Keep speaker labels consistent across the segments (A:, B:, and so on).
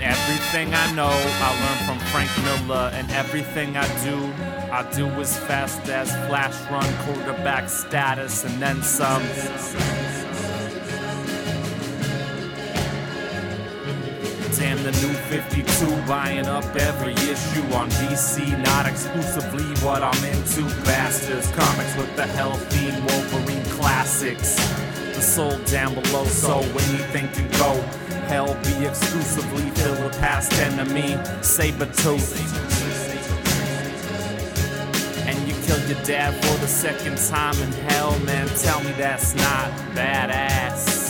A: Everything I know, I learned from Frank Miller, and everything I do, I do as fast as flash run, quarterback status, and then some. Damn the new 52, buying up every issue on DC, not exclusively what I'm into. Bastards, comics with the hell theme, Wolverine classics. The soul down below, so anything can go. Hell be exclusively filled with past enemy, saber and you killed your dad for the second time in hell, man. Tell me that's not badass.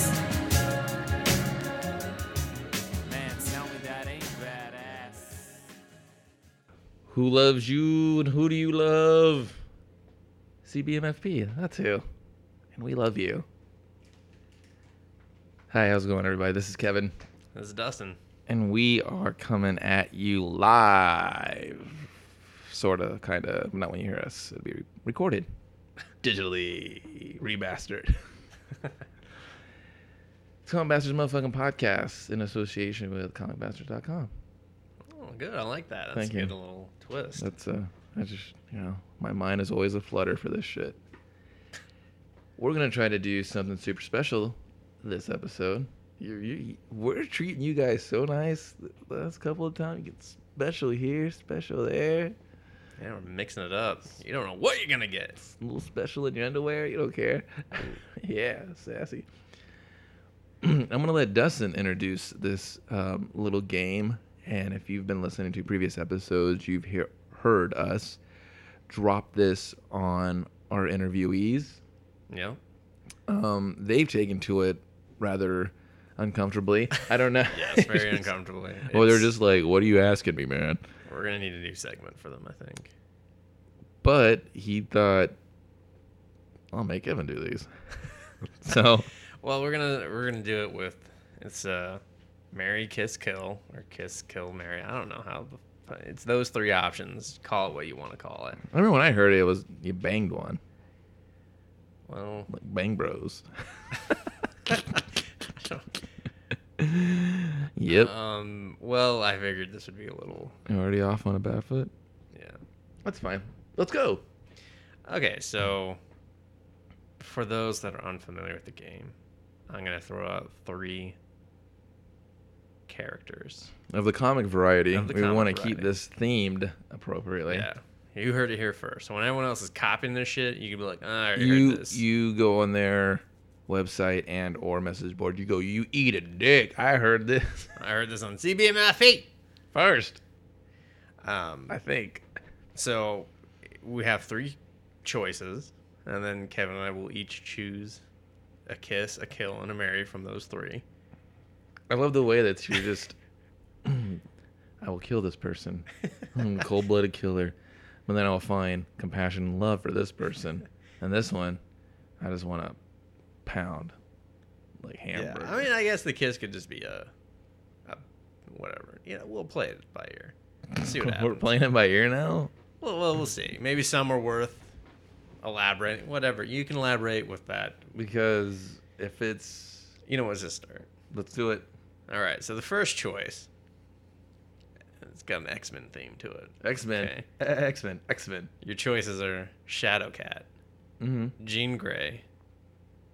A: Man, tell me that ain't badass.
B: Who loves you and who do you love? CBMFP, that's who. And we love you. Hi, how's it going, everybody? This is Kevin.
C: This is Dustin.
B: And we are coming at you live. Sort of, kind of. Not when you hear us, it'll be recorded, digitally remastered. it's Comic Bastards Motherfucking Podcast in association with ComicBastards.com.
C: Oh, good. I like that. That's
B: Thank
C: a good
B: you.
C: little twist.
B: That's uh, I just you know, my mind is always aflutter for this shit. We're gonna try to do something super special this episode. You, you, we're treating you guys so nice. The last couple of times, you get special here, special there,
C: Yeah, we're mixing it up. You don't know what you're gonna get.
B: a little special in your underwear. You don't care. yeah, sassy. I'm gonna let Dustin introduce this um, little game, and if you've been listening to previous episodes, you've hear, heard us drop this on our interviewees.
C: Yeah.
B: Um, they've taken to it rather uncomfortably. I don't know.
C: Yes, very uncomfortable.
B: Well, they're
C: It's-
B: just like, "What are you asking me, man?"
C: We're gonna need a new segment for them, I think.
B: But he thought, "I'll make Evan do these." so
C: Well, we're gonna we're gonna do it with it's uh, marry, kiss, kill, or kiss, kill, marry. I don't know how. the- It's those three options. Call it what you want to call it.
B: I remember when I heard it, it was you banged one,
C: Well,
B: like Bang Bros.
C: I don't-
B: Yep,
C: um, well, I figured this would be a little,
B: You're already off on a bad foot.
C: yeah.
B: That's fine. Let's go.
C: Okay, so for those that are unfamiliar with the game, I'm gonna throw out three characters.
B: Of the comic variety,
C: Of the
B: we
C: comic
B: want to keep
C: variety.
B: this themed appropriately.
C: Yeah, you heard it here first. So when everyone else is copying this shit, you can be like, "Ah, I already
B: you
C: heard this.
B: you go on their website and or message board. You go. You eat a dick. I heard this
C: I heard this on CBMFE.
B: first.
C: Um,
B: I think.
C: so we have three choices, and then Kevin and I will each choose a kiss, a kill, and a marry from those three.
B: I love the way that you just. I will kill this person. I'm a cold-blooded killer, but then I will find compassion and love for this person. And this one, I just want to pound like
C: Yeah,
B: hamburger.
C: I mean, I guess the kiss could just be a, a whatever. You know, we'll play it by ear. See what
B: We're
C: happens.
B: playing it by ear now.
C: Well, well, we'll see. Maybe some are worth elaborating. Whatever you can elaborate with that.
B: Because if it's
C: You know, what's this start?
B: let's do it.
C: All right. So the first choice, it's got an X Men theme to it.
B: X Men.
C: Okay.
B: X Men. X Men.
C: Your choices are Shadowcat,
B: Mm-hmm.
C: Jean Grey,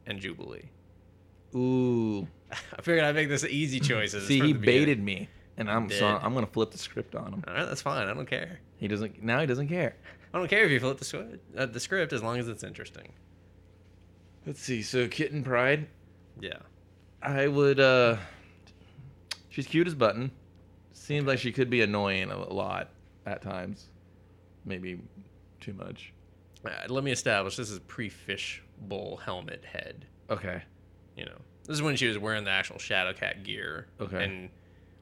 C: and Jubilee.
B: Ooh.
C: I figured I'd make this easy choices.
B: See,
C: from
B: he
C: the beginning.
B: baited me, and I'm so
C: did.
B: I'm gonna flip the script on him.
C: All right, that's fine. I don't care.
B: He doesn't now. He doesn't care.
C: I don't care if you flip the script, uh, the script as long as it's interesting.
B: Let's see. So Kitten Pride,
C: Yeah.
B: I would. uh She's cute as button. Seems like she could be annoying a lot at times. Maybe too much.
C: Uh, let me establish this is pre fish bowl helmet head.
B: Okay.
C: You know, this is when she was wearing the actual Shadowcat gear.
B: Okay.
C: And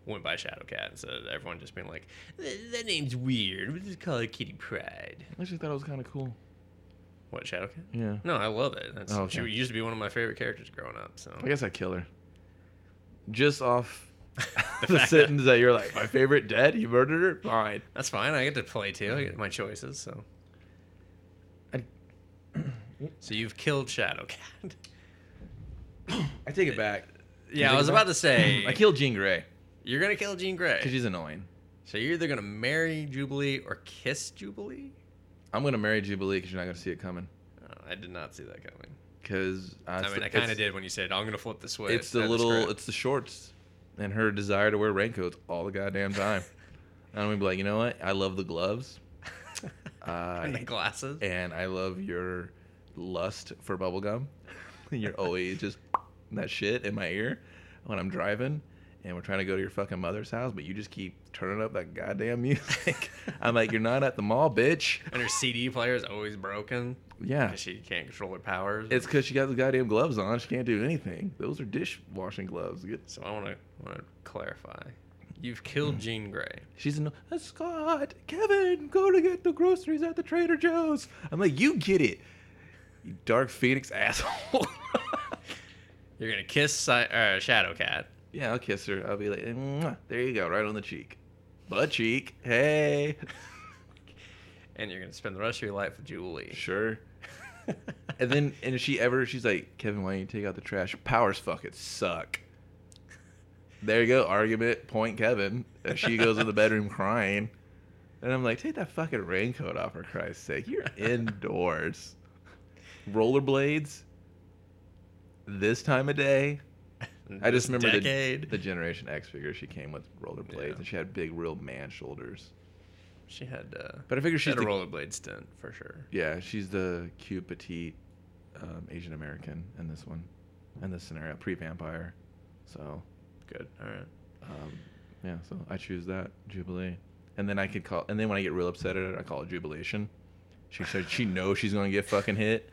C: went by Shadowcat instead of everyone just being like, "Th- that name's weird. We just call her Kitty Pride.
B: I actually thought it was kind of cool.
C: What, Shadowcat?
B: Yeah.
C: No, I love it. That's,
B: Oh, okay.
C: She used to be one of my favorite characters growing up. So
B: I guess I kill her. Just off
C: The
B: the,
C: fact that-
B: sentence that you're like, my favorite dead. He murdered her. Fine.
C: that's fine. I get to play too. I get my choices. So.
B: I-
C: so you've killed Shadowcat.
B: I take it back.
C: yeah, I
B: take
C: was
B: it
C: about
B: back?
C: to say.
B: I killed Jean Grey.
C: You're gonna kill Jean
B: Because
C: Grey.
B: she's annoying.
C: So you're either gonna marry Jubilee or kiss Jubilee.
B: I'm gonna marry Jubilee because you're not gonna see it coming.
C: Oh, I did not see that coming.
B: Because
C: I mean, I kind of did when you said I'm gonna flip the switch.
B: It's the
C: at
B: little,
C: script."
B: it's the shorts, and her desire to wear raincoats all the goddamn time. and I'm gonna be like, you know what? I love the gloves,
C: and the
B: uh,
C: glasses.
B: and I love your lust for bubblegum. you're always just that shit in my ear when I'm driving, and we're trying to go to your fucking mother's house, but you just keep turning up that goddamn music. I'm like, you're not at the mall, bitch.
C: And her CD player is always broken
B: Yeah.
C: because she can't control her powers.
B: It's because she got the goddamn gloves on. She can't do anything. Those are dishwashing gloves. Get-
C: so I want to want to clarify. You've
B: Hmm.
C: killed Jean Grey.
B: She's in. "Uh, Scott, Kevin, go to get the groceries at the Trader Joe's. I'm like, you get it, you dark phoenix asshole.
C: You're gonna kiss si- uh, Shadow Cat.
B: yeah, I'll kiss her. I'll be like, "Mwah." there you go, right on the cheek, butt cheek. Hey,
C: and you're gonna spend the rest of your life with Jubilee.
B: sure. And then, and if she ever, she's like, Kevin, why don't you take out the trash? Your powers fucking suck. There you go, argument, point Kevin. And she goes in the bedroom crying. And I'm like, take that fucking raincoat off for Christ's sake. You're indoors. Rollerblades. This time of day. I just
C: This
B: remember the,
C: decade.
B: the Generation X figure she came with rollerblades
C: Yeah.
B: and she had big real man shoulders.
C: she had. Uh,
B: But I figure
C: she
B: she's
C: had a
B: the,
C: rollerblade stint for sure.
B: Yeah, she's the cute petite um, Asian American in this one, in this scenario, pre-vampire. So,
C: Good. All right.
B: um, yeah, so I choose that Jubilee, and then I could call, and then when I get real upset at it, I call it Jubilation. She said she knows she's gonna get fucking hit,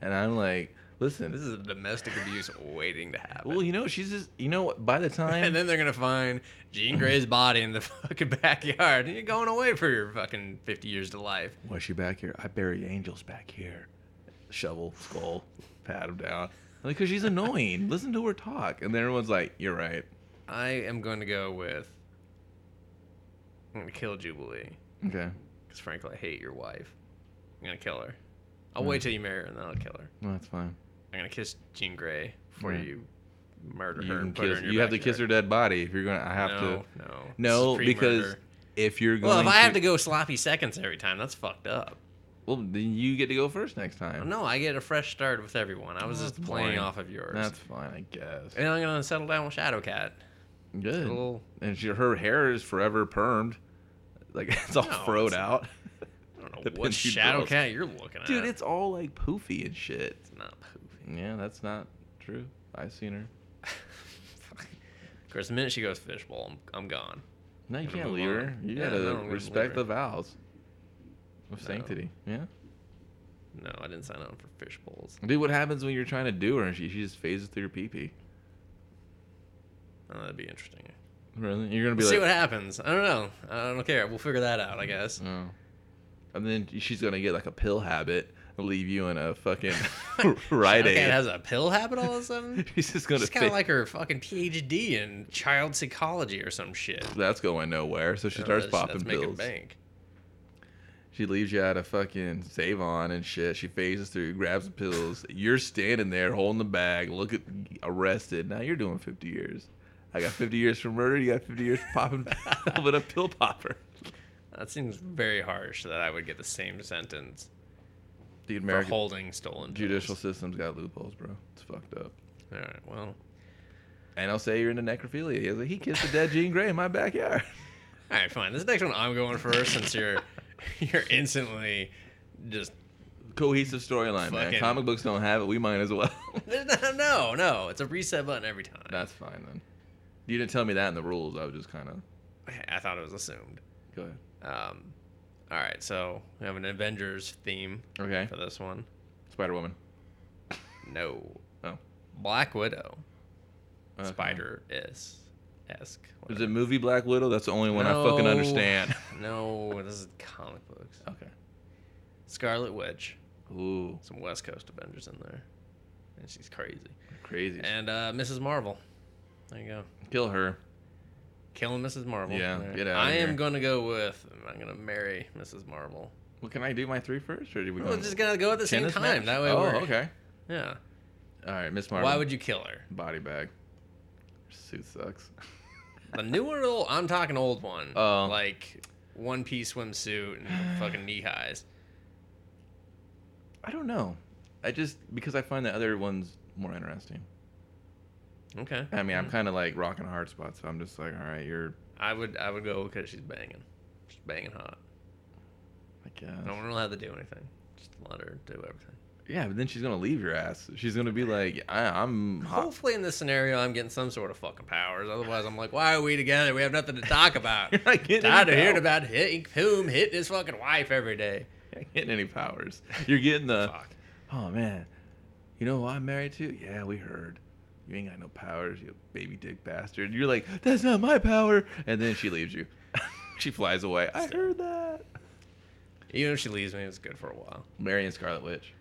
B: and I'm like,
C: This
B: listen,
C: is domestic abuse waiting to happen.
B: well, you know, she's just, you know, what, by the time,
C: and then they're gonna find Jean Grey's body in the fucking backyard, and you're going away for your fucking 50 years to life.
B: why is she back here? I bury angels back here. Shovel, skull, pat him down. Like, cause she's annoying. Listen to her talk, and then everyone's like, "You're right."
C: I am going to go with. I'm gonna kill Jubilee
B: Okay.
C: because frankly, I hate your wife. I'm gonna kill her. I'll
B: Mm.
C: wait till you marry her, and then I'll kill her.
B: No, that's fine.
C: I'm gonna kiss Jean Grey before
B: Yeah.
C: you murder
B: Mm. You
C: her.
B: can
C: and put her
B: kiss.
C: in your
B: You have to kiss her
C: backyard.
B: dead body if you're gonna. I have to.
C: No, no, This
B: No,
C: is
B: because
C: pre-murder.
B: if you're going.
C: well, if I have to go sloppy seconds every time, that's fucked up.
B: well, then you get to go first next time.
C: No, I get a fresh start with everyone. I was
B: That's
C: just playing
B: boring.
C: off of yours.
B: That's fine, I guess.
C: And I'm gonna settle down with Shadow Cat.
B: Good.
C: little-
B: And she, her hair is forever permed, like it's all
C: No,
B: froed
C: it's-
B: out.
C: I don't know
B: Depends
C: what
B: who
C: Shadow
B: draws.
C: Cat you're looking at.
B: Dude, it's all like poofy and shit.
C: It's not poofy.
B: Yeah, that's not true. I've seen her.
C: Fuck. of course, the minute she goes fishbowl, I'm, I'm gone.
B: No, you
C: Gotta
B: can't
C: move
B: leave her.
C: on.
B: You
C: Yeah,
B: gotta
C: no, I'm gonna leave
B: respect
C: her.
B: the vows of
C: No.
B: sanctity. Yeah.
C: No, I didn't sign up for fishbowls.
B: Dude, what happens when you're trying to do her and she, she just phases through your pee pee?
C: Oh, that'd be interesting.
B: Really? You're gonna be
C: We'll see
B: like,
C: what happens. I don't know. I don't care. We'll figure that out, I guess.
B: Oh. And then she's gonna get like a pill habit and leave you in a fucking Rite
C: Shadow Cat
B: Aid.
C: has a pill habit all of a sudden.
B: she's just gonna
C: She's kind
B: fit.
C: of like her fucking PhD in child psychology or some shit.
B: that's going nowhere. So she starts
C: That's-
B: popping
C: that's making
B: pills.
C: bank.
B: She leaves you at a fucking save on and shit. She phases through, grabs the pills. you're standing there holding the bag, look at arrested. Now you're doing 50 years. I got 50 years for murder. You got 50 years for popping with a pill popper.
C: That seems very harsh that I would get the same sentence
B: The
C: for
B: American
C: holding stolen pills.
B: judicial system's got loopholes, bro. It's fucked up.
C: All right, well,
B: And I'll say you're into necrophilia. He's like, he kissed a dead Jean Grey in my backyard.
C: all right, fine. This next one I'm going first since you're you're instantly just
B: cohesive storyline, man.
C: Fucking-
B: Comic books don't have it. We might as well.
C: no, no. It's a reset button every time.
B: That's fine then. You didn't tell me that in the rules. I was just kind of
C: I thought it was assumed.
B: go ahead.
C: Um, all right, so we have an Avengers theme
B: Okay,
C: for this one.
B: Spider Woman.
C: No,
B: Oh, Uh,
C: Black Widow. Spider is esque.
B: Uh-huh. Is it movie Black Widow? That's the only one I fucking understand.
C: No, this is comic books.
B: okay.
C: Scarlet Witch.
B: Ooh,
C: Some West Coast Avengers in there, and she's crazy.
B: crazy.
C: And uh, Mrs. Marvel. There you go.
B: Kill her.
C: Killing Mrs. Marvel.
B: Yeah,
C: There.
B: get outta
C: I
B: here.
C: am gonna go with. I'm gonna marry Mrs. Marvel.
B: Well, can I do my three first, or do we
C: We're just gonna go at the same
B: tennis
C: time.
B: match?
C: That way.
B: Oh,
C: we're,
B: okay.
C: Yeah.
B: All right, Miss Marvel.
C: Why would you kill her?
B: body bag? Her suit sucks.
C: The newer old, I'm talking old one.
B: Oh.
C: Like one piece swimsuit and fucking knee highs.
B: I don't know. I just because I find the other ones more interesting.
C: Okay.
B: I mean, I'm kind of like rocking a hard spot, so I'm just like, all right, you're.
C: I would I would go because she's banging. She's banging hot.
B: I guess.
C: No one will have to do anything. Just let her do everything.
B: Yeah, but then she's gonna leave your ass. She's gonna be like, I, I'm hot.
C: Hopefully, in this scenario, I'm getting some sort of fucking powers. Otherwise, I'm like, why are we together? We have nothing to talk about.
B: You're not getting
C: Tired of
B: any
C: hearing
B: power.
C: about hitting whom hitting his fucking wife every day.
B: You're not getting any powers. You're getting the.
C: Fuck.
B: Oh man, you know who I'm married to? Yeah, we heard. You ain't got no powers, you baby dick bastard. You're like, that's not my power. And then she leaves you. she flies away. I heard that.
C: Even if she leaves me, it's good for a while.
B: Marion Scarlet Witch.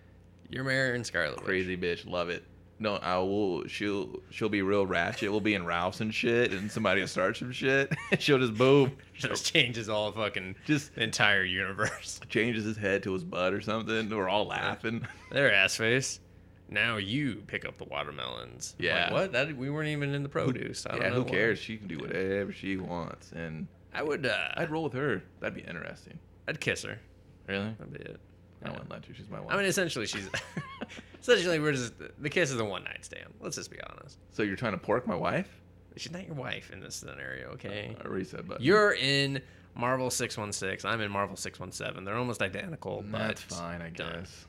C: You're marrying Scarlet Witch.
B: crazy bitch. Love it. No, I will. She'll she'll be real ratchet. We'll be in Ralph's and shit, and somebody will start some shit. she'll just boom,
C: Just changes all fucking
B: Just-
C: just the entire universe.
B: changes his head to his butt or something. We're all laughing.
C: There, ass face. Now you pick up the watermelons. I'm
B: Yeah.
C: Like, what? That we weren't even in the produce. I don't
B: yeah,
C: know
B: who
C: why.
B: cares? She can do whatever she wants, and
C: I would. Uh,
B: I'd roll with her. That'd be interesting.
C: I'd kiss her.
B: Really?
C: That'd be it.
B: I wouldn't let you. She's my wife.
C: I mean, essentially, she's essentially we're just the kiss is a one night stand. Let's just be honest.
B: so you're trying to pork my wife? Uh,
C: She's not your wife in this scenario, okay?
B: I reset button.
C: You're in Marvel Six One Six. I'm in Marvel Six One Seven. They're almost identical, but
B: that's fine, I
C: done.
B: guess.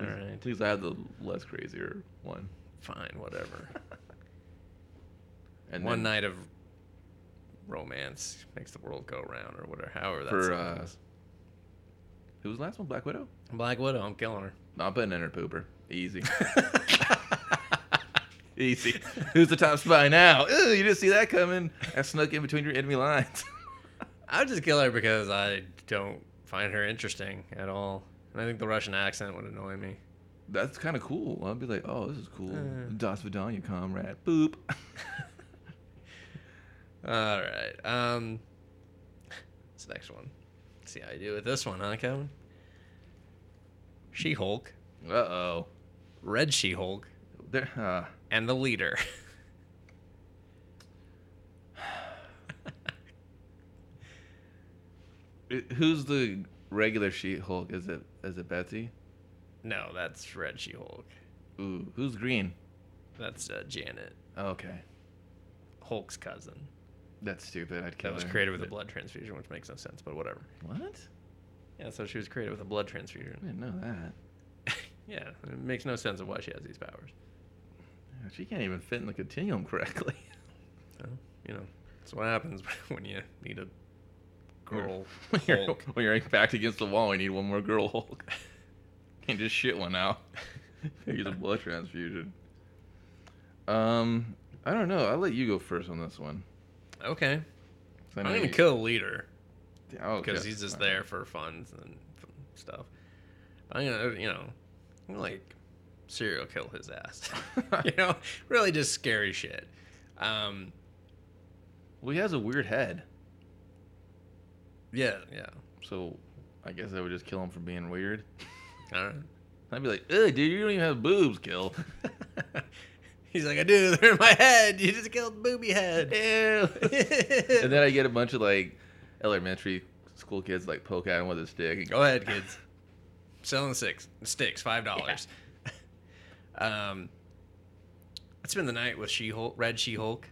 C: All right,
B: At least I had the less crazier one.
C: fine, whatever.
B: And
C: one
B: then
C: night of romance makes the world go round, or whatever. However, that's
B: For, uh, who was the last one? Black Widow.
C: Black Widow. I'm killing her.
B: No, I'm putting in her pooper. Easy. Easy. Who's the top spy now? Ooh, you didn't see that coming. I snuck in between your enemy lines.
C: I would just kill her because I don't find her interesting at all, and I think the Russian accent would annoy me.
B: That's kind of cool. I'd be like, oh, this is cool.
C: Uh.
B: Das Vidanya, comrade. Boop.
C: All right. Um, this next one. see how you do with this one, huh, Kevin? She Hulk,
B: Uh oh.
C: Red She Hulk,
B: There. Uh,
C: and the leader.
B: it- who's the regular She Hulk? Is it is it Betsy?
C: no, that's Red She Hulk.
B: Ooh, who's green?
C: That's uh, Janet,
B: Okay,
C: Hulk's cousin.
B: that's stupid. I'd kill
C: That was
B: her.
C: created with a blood transfusion, which makes no sense, but whatever.
B: What?
C: Yeah, so she was created with a blood
B: I
C: transfusion.
B: didn't know that.
C: yeah, it makes no sense of why she has these powers.
B: Yeah, She can't even fit in the continuum correctly.
C: So, you know, that's what happens when you need a girl
B: When you're,
C: Hulk.
B: when you're backed against the wall, we need one more girl Hulk. Can't just shit one out. Use a blood transfusion. Um, I don't know. I'll let you go first on this one.
C: Okay.
B: 'Cause I
C: I
B: know
C: don't even
B: you-
C: kill the leader.
B: Oh,
C: because
B: okay.
C: he's just
B: All right.
C: there for funds and f- stuff. But I'm gonna, you know, I'm gonna like serial kill his ass. you know, really just scary shit. Um,
B: Well, he has a weird head,
C: yeah, yeah.
B: so I guess I would just kill him for being weird.
C: I don't
B: I'd be like, Ugh, dude, you don't even have boobs, kill.
C: know. He's like, I do. They're in my head. You just killed booby head.
B: and then I get a bunch of like elementary school kids like poke at him with a stick and go,
C: Go ahead, kids. Selling six sticks, five dollars. um, I'd spend the night with She Hulk, Red She Hulk.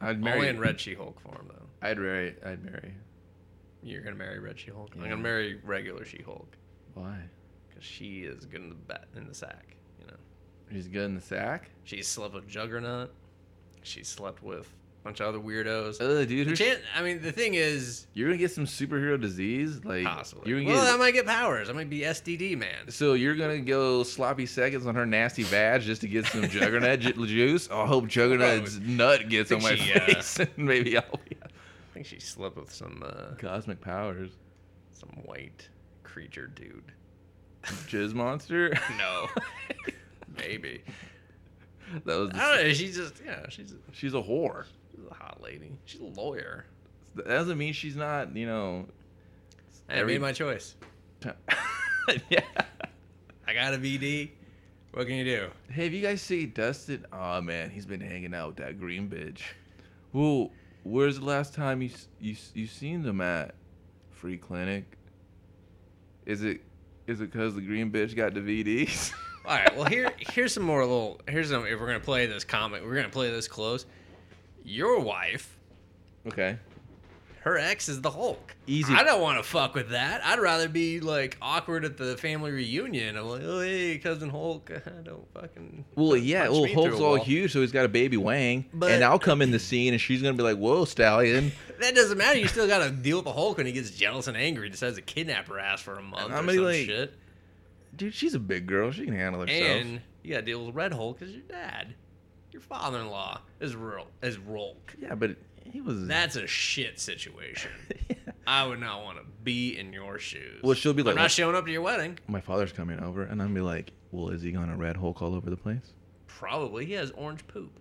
B: I'd
C: Only
B: marry.
C: in Red She Hulk form though.
B: I'd marry. I'd marry.
C: You're gonna marry Red She-Hulk. I'm
B: Yeah.
C: gonna marry regular She-Hulk
B: Why?
C: because she is good in the bat in the sack. You know,
B: He's good in the sack.
C: she slept with Juggernaut. She slept with a bunch of other weirdos.
B: Ugh, dude,
C: The
B: her
C: chan- I mean, the thing is
B: You're gonna get some superhero disease, like
C: possibly.
B: You're gonna
C: well,
B: get,
C: I might get powers. I might be STD man.
B: so you're gonna go sloppy seconds on her nasty badge just to get some Juggernaut ju- juice. I hope Juggernaut's nut gets on
C: Oh, think
B: my
C: she, uh,
B: face, and maybe I'll be
C: I think she slept with some uh,
B: cosmic powers.
C: some white creature dude.
B: Jizz monster.
C: No, maybe.
B: that was.
C: I
B: The,
C: don't know. She's just yeah. She's a,
B: she's a whore.
C: she's a hot lady. She's a lawyer.
B: That doesn't mean she's not. You know.
C: I
B: Every-
C: made my choice.
B: t- yeah.
C: I got a VD. What can you do?
B: Hey, have you guys see Dustin? Oh man, he's been hanging out with that green bitch. Well, where's the last time you s- you s- you seen them at free clinic? Is it is it cause the green bitch got the VDs?
C: All right. Well, here here's some more little. Here's some. If we're gonna play this comic, we're gonna play this close. Your wife,
B: okay.
C: her ex is the Hulk.
B: Easy.
C: I don't want to fuck with that. I'd rather be like awkward at the family reunion. I'm like, oh hey, cousin Hulk. I don't fucking.
B: Well, yeah.
C: punch
B: Well,
C: me through
B: Hulk's
C: a
B: all
C: wall.
B: huge, so he's got a baby Wang,
C: But-
B: and I'll come in the scene, and she's gonna be like, "Whoa, stallion!
C: That doesn't matter. You still gotta deal with the Hulk when he gets jealous and angry. and Decides to kidnap her ass for a month
B: I'm
C: or
B: gonna be
C: some
B: like-
C: shit.
B: Dude, she's a big girl. She can handle herself."
C: And you gotta deal with Red Hulk because your dad, your father-in-law, is real is Rolk.
B: yeah, but he was.
C: That's a shit situation. I would not want to be in your shoes.
B: Well, she'll be like,
C: I'm
B: "Well-
C: not showing up to your wedding.
B: My father's coming over, and I'm be like, "Well, is he gonna red Hulk all over the place?
C: Probably he has orange poop.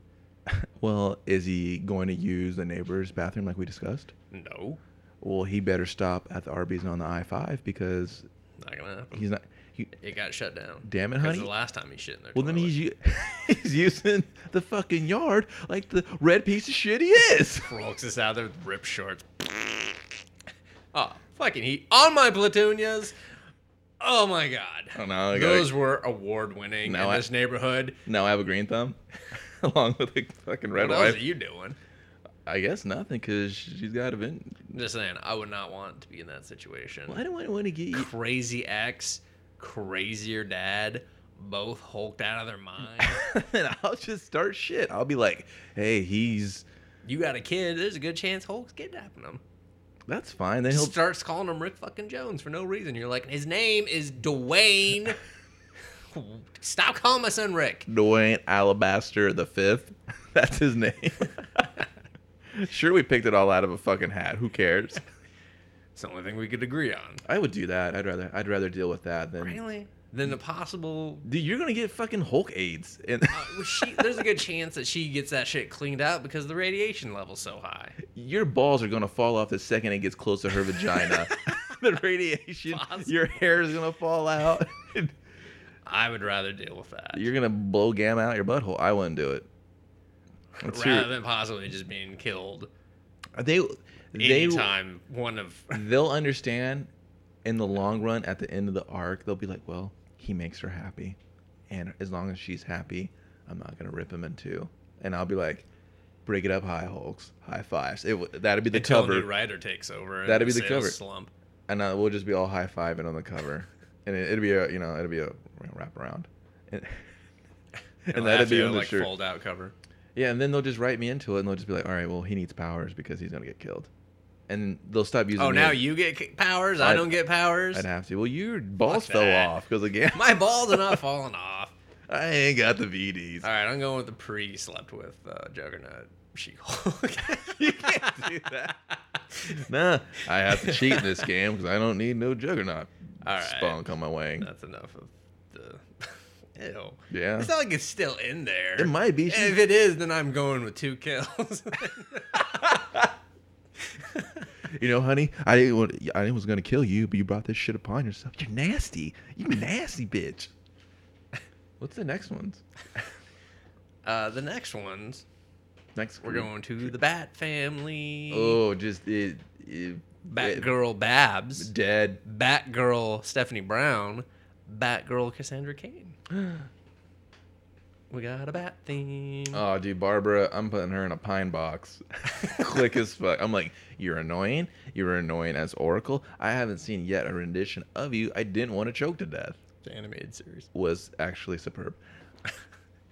B: Well, is he going to use the neighbor's bathroom like we discussed?
C: No,
B: Well, he better stop at the Arby's on the I-5 because
C: not gonna happen.
B: he's not. He,
C: It got shut down.
B: Damn it,
C: 'Cause
B: honey.
C: The last time he shit in there.
B: well, then he's u- he's using the fucking yard like the red piece of shit he is.
C: Rolks us out there with rip shorts. oh, fucking heat on my platunias. Oh my god.
B: Oh, no, I gotta-
C: Those were award winning in
B: Now I-
C: this neighborhood.
B: Now I have a green thumb, along with a fucking red
C: What else are
B: wife.
C: you doing?
B: I guess nothing, cause she's got a vent.
C: Just saying, I would not want to be in that situation.
B: Well, I don't want to get you.
C: crazy ex, crazier dad, both hulked out of their mind.
B: and I'll just start shit. I'll be like, "Hey, he's
C: you got a kid, there's a good chance Hulk's kidnapping him.
B: that's fine." Then
C: He
B: he'll
C: starts calling him Rick fucking Jones for no reason. You're like, his name is Dwayne. Stop calling my son Rick.
B: Dwayne Alabaster the Fifth. That's his name. sure, we picked it all out of a fucking hat. Who cares?
C: It's the only thing we could agree on.
B: I would do that. I'd rather. I'd rather deal with that than.
C: Really? Then the possible.
B: Dude, you're gonna get fucking Hulk AIDS, and
C: Uh, well, she, there's a good chance that she gets that shit cleaned out because the radiation level's so high.
B: your balls are gonna fall off the second it gets close to her vagina. the radiation.
C: Possible.
B: Your hair is gonna fall out.
C: I would rather deal with that.
B: you're gonna blow gamma out your butthole. I wouldn't do it. Let's hear
C: rather
B: it.
C: than possibly just being killed
B: They. They.
C: anytime one of
B: they'll understand in the long run at the end of the arc they'll be like well he makes her happy and as long as she's happy i'm not going to rip him in two and i'll be like break it up high hulks high fives it, w- that'd be the
C: until
B: cover
C: new writer takes over. and
B: That'd be the
C: sales
B: cover.
C: Slump.
B: and uh, we'll just be all high fiving on the cover and it, it'd be a you know it'd be a wraparound and, and that'd be on the
C: like
B: shirt
C: fold out cover.
B: yeah and then they'll just write me into it and they'll just be like all right well he needs powers because he's going to get killed and they'll stop using
C: Oh,
B: me
C: now
B: as-
C: you get c- powers. I,
B: I'd-
C: don't get powers.
B: i'd have to well your balls
C: Fuck
B: fell
C: that.
B: off because again
C: My balls are not falling off.
B: I ain't got the VDs.
C: All right, I'm going with the pre slept with uh, Juggernaut She Hulk.
B: You can't do that. Nah, I have to cheat in this game because I don't need no juggernaut
C: All right.
B: spunk on my wang.
C: That's enough of the. Ew.
B: Yeah.
C: It's not like it's still in there.
B: It might be. She,
C: If it is, then I'm going with two kills.
B: you know, honey, I didn't. Want, I didn't was gonna kill you, but you brought this shit upon yourself. You're nasty. You nasty bitch. What's the next ones?
C: uh, the next ones,
B: Next.
C: we're going to the Bat Family.
B: Oh, just it. it it-
C: Batgirl Babs.
B: Dead.
C: Batgirl Stephanie Brown, Batgirl Cassandra Kane. We got a bat theme.
B: Oh, dude, Barbara, I'm putting her in a pine box. Click as fuck. I'm like, you're annoying. You were annoying as Oracle. I haven't seen yet a rendition of you. I didn't want to choke to death.
C: It's an animated series.
B: Was actually superb.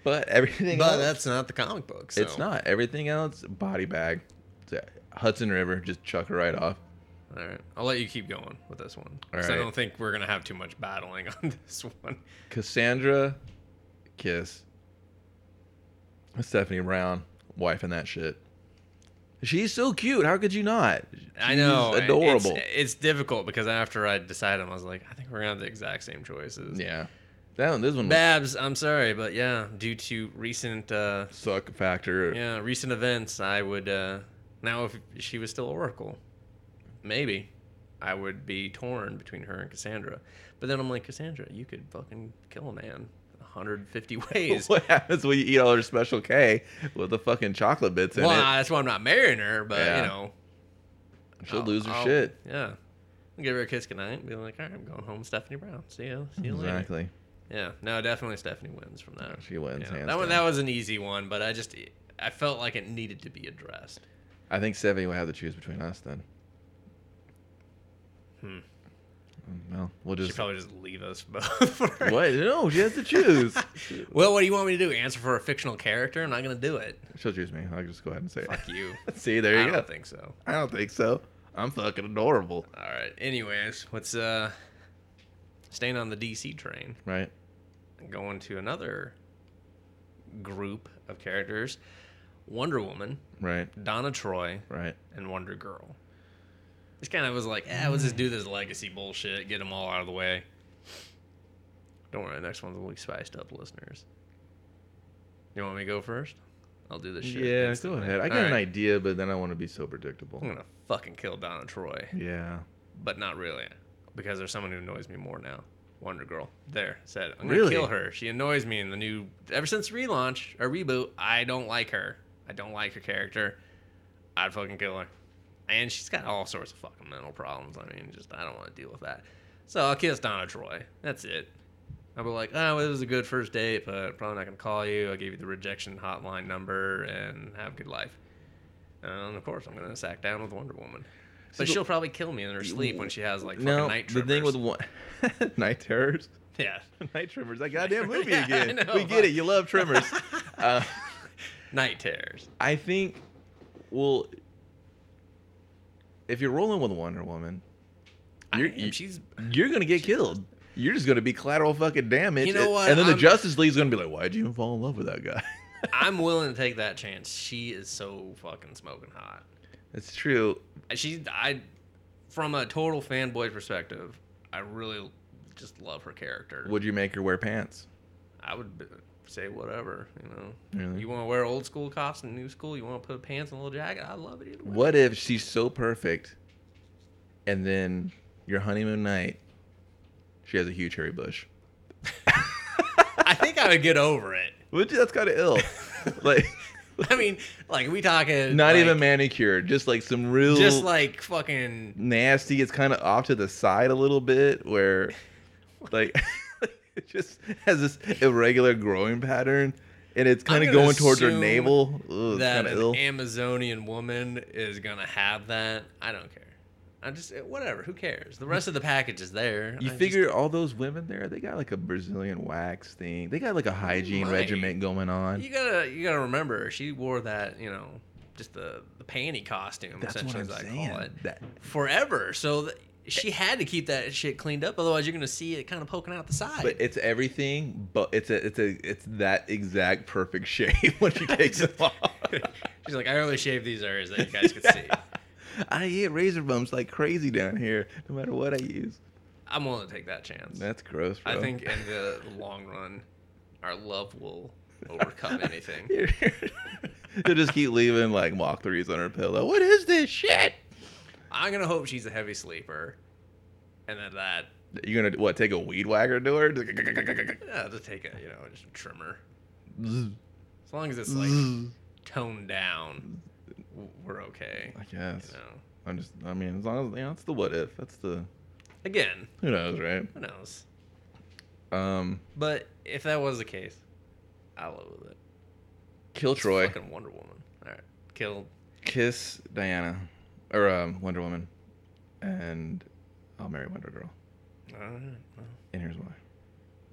B: But everything
C: But
B: else,
C: that's not the comic book. So.
B: it's not. Everything else, body bag. Hudson River, just chuck her right off.
C: All right. I'll let you keep going with this one. 'cause
B: All
C: I
B: right.
C: don't think we're going to have too much battling on this one.
B: Cassandra, kiss. Stephanie Brown, wife in that shit. She's so cute. How could you not?
C: I know.
B: She's
C: it-
B: Adorable.
C: It's, it's difficult because after I decided, I was like, I think we're going to have the exact same choices.
B: Yeah. That one, this one was
C: Babs, I'm sorry, but yeah, due to recent uh,
B: suck factor.
C: yeah, recent events, I would uh now if she was still Oracle, maybe I would be torn between her and Cassandra. But then I'm like, Cassandra, you could fucking kill a man 150 ways.
B: What happens when you eat all her special K with the fucking chocolate bits in
C: well,
B: it?
C: that's why I'm not marrying her, but
B: Yeah.
C: you know,
B: She'll
C: I'll-
B: lose her
C: I'll-
B: shit.
C: Yeah, I'll give her a kiss goodnight and be like, all right, I'm going home, Stephanie Brown. See you. See you later.
B: Exactly.
C: Yeah, no, definitely Stephanie wins from that.
B: She wins,
C: Yeah,
B: hands
C: that
B: down.
C: one, that was an easy one, but I just, I felt like it needed to be addressed.
B: I think Stephanie will have to choose between us then.
C: Hmm.
B: Mm, Well, we'll
C: She
B: just.
C: probably just leave us both. for-
B: What? No, she has to choose.
C: Well, what do you want me to do? Answer for a fictional character? I'm not gonna do it.
B: She'll choose me. I'll just go ahead and say it.
C: Fuck you.
B: See, there you
C: I
B: go.
C: don't think so.
B: I don't think so. I'm fucking adorable.
C: All right. Anyways, let's uh, staying on the DC train,
B: Right?
C: and going to another group of characters: Wonder Woman,
B: Right?
C: Donna Troy,
B: Right?
C: and Wonder Girl. This kind of was like, eh, let's just do this legacy bullshit, get them all out of the way. Don't worry, the next one's will be spiced up, listeners. You want me to go first? I'll do this shit.
B: yeah, go
C: instantly.
B: ahead. I got
C: All
B: an
C: right.
B: idea, but then I want to be so predictable.
C: I'm gonna fucking kill Donna Troy,
B: Yeah.
C: but not really, because there's someone who annoys me more now. Wonder Girl. There said, I'm gonna
B: Really?
C: kill her. She annoys me in the new. Ever since relaunch or reboot, I don't like her. I don't like her character. I'd fucking kill her. And she's got all sorts of fucking mental problems. I mean, just I don't want to deal with that. So I'll kiss Donna Troy. That's it. I'll be like, oh, it was a good first date, but probably not gonna call you. I'll give you the rejection hotline number and have a good life. And of course, I'm gonna sack down with Wonder Woman.
B: the-
C: But she'll probably kill me in her sleep when she has like fucking
B: No,
C: night
B: the thing
C: tremors.
B: with one night terrors,
C: yeah,
B: night tremors, that goddamn movie
C: Yeah, I
B: again.
C: know.
B: we get it. You love tremors. uh,
C: night terrors.
B: I think, well, if you're rolling with Wonder Woman, you're,
C: I am- she's
B: you're gonna get killed. You're just gonna be collateral fucking damage.
C: You know what?
B: And then the
C: I'm-
B: Justice League's gonna be like, "Why'd you fall in love with that guy?"
C: I'm willing to take that chance. She is so fucking smoking hot.
B: It's true.
C: She I from a total fanboy perspective, I really just love her character.
B: Would you make her wear pants?
C: I would b- say whatever, you know.
B: Really?
C: You want to wear old school cops and new school? You want to put pants and a little jacket? I love it either way.
B: What if she's so perfect, and then your honeymoon night, she has a huge hairy bush?
C: I think I would get over it.
B: Which that's kind of ill. like,
C: I mean, like we talking
B: not
C: like,
B: even manicured, just like some real
C: just like fucking
B: nasty. It's kind of off to the side a little bit, where like it just has this irregular growing pattern, and it's kind
C: I'm
B: of
C: gonna
B: going towards her
C: assume
B: navel. Ugh, it's
C: that
B: kind of
C: an
B: ill.
C: Amazonian woman is gonna have that. I don't care. I just eh, whatever. Who cares? The rest of the package is there.
B: You
C: I
B: figure all those women there, they got like a Brazilian wax thing. They got like a hygiene
C: Right.
B: regiment going on.
C: just, you gotta you gotta remember she wore that you know just the the panty costume
B: That's what
C: essentially
B: I'm
C: as I
B: saying.
C: call it
B: That-
C: forever. So th- she had to keep that shit cleaned up, otherwise you're gonna see it kind of poking out the side.
B: but it's everything, but it's a, it's a, it's that exact perfect shape when she takes it off.
C: She's like, I only shaved these areas that you guys could see.
B: I get razor bumps like crazy down here, no matter what I use.
C: I'm willing to take that chance.
B: That's gross, bro.
C: I think in the long run, our love will overcome anything.
B: They'll just keep leaving like Mach 3s on her pillow. What is this shit?
C: I'm gonna hope she's a heavy sleeper, and then that
B: You're gonna what? Take a weed whacker to her?
C: uh, just take a you know just a trimmer. As long as it's like toned down, w- we're okay.
B: I
C: You
B: guess.
C: know.
B: I'm just. I mean, as long as you know, it's the what if. That's the
C: Again,
B: who knows, right?
C: who knows?
B: Um,
C: But if that was the case, I live with it.
B: kill
C: It's
B: Troy,
C: fucking Wonder Woman. All right, killed.
B: kiss Diana, or um, Wonder Woman, and I'll marry Wonder Girl.
C: All right, well,
B: And here's why.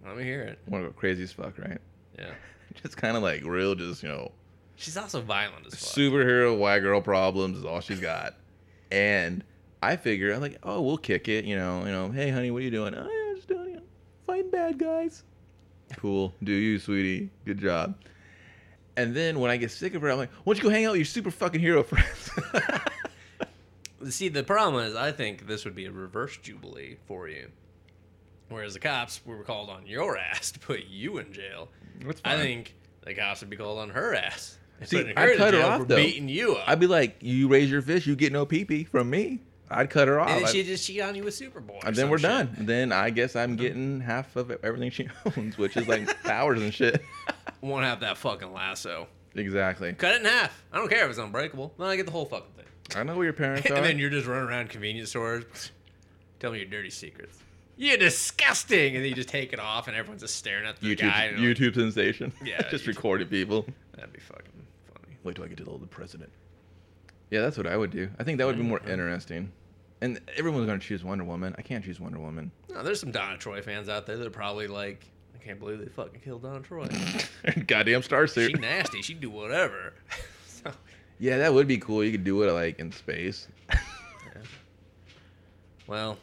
C: let me hear it.
B: Wonder Girl, crazy as fuck, right?
C: Yeah,
B: Just kind of like real, just you know,
C: she's also violent as fuck.
B: superhero white girl problems is all she's got. And I figure I'm like, oh, we'll kick it, you know, you know, hey honey, what are you doing? Oh, yeah, I'm just doing, you know, fighting bad guys. Cool, do you, sweetie? Good job. And then when I get sick of her, I'm like, why don't you go hang out with your super fucking hero friends?
C: See, the problem is, I think this would be a reverse jubilee for you. Whereas the cops were called on your ass to put you in jail.
B: That's
C: I think the cops would be called on her ass. and
B: See,
C: putting
B: I'd
C: in
B: cut her
C: jail
B: off,
C: for
B: though.
C: beating you up.
B: I'd be like, you raise your fish, you get no pee pee from me. I'd cut her off.
C: And then
B: I-
C: she just cheat on you with Superboy. or
B: and
C: some
B: then we're
C: shit.
B: done. Then I guess I'm getting half of everything she owns, which is like powers and shit.
C: Won't have that fucking lasso.
B: Exactly.
C: Cut it in half. I don't care if it's unbreakable. Then I get the whole fucking thing.
B: I know where your parents are.
C: And then you're just running around convenience stores. Tell me your dirty secrets. You're disgusting. And then you just take it off, and everyone's just staring at the
B: YouTube,
C: guy. and like,
B: YouTube sensation.
C: Yeah,
B: just
C: YouTube.
B: recorded people.
C: That'd be fucking funny.
B: Wait till I get to the old president. Yeah, that's what I would do. I think that would be more interesting. And everyone's gonna choose Wonder Woman. I can't choose Wonder Woman.
C: No, there's some Donna Troy fans out there that are probably like, I can't believe they fucking killed Donna Troy.
B: Goddamn star
C: she
B: suit.
C: nasty. She'd do whatever. so,
B: Yeah, that would be cool. You could do it like in space.
C: well,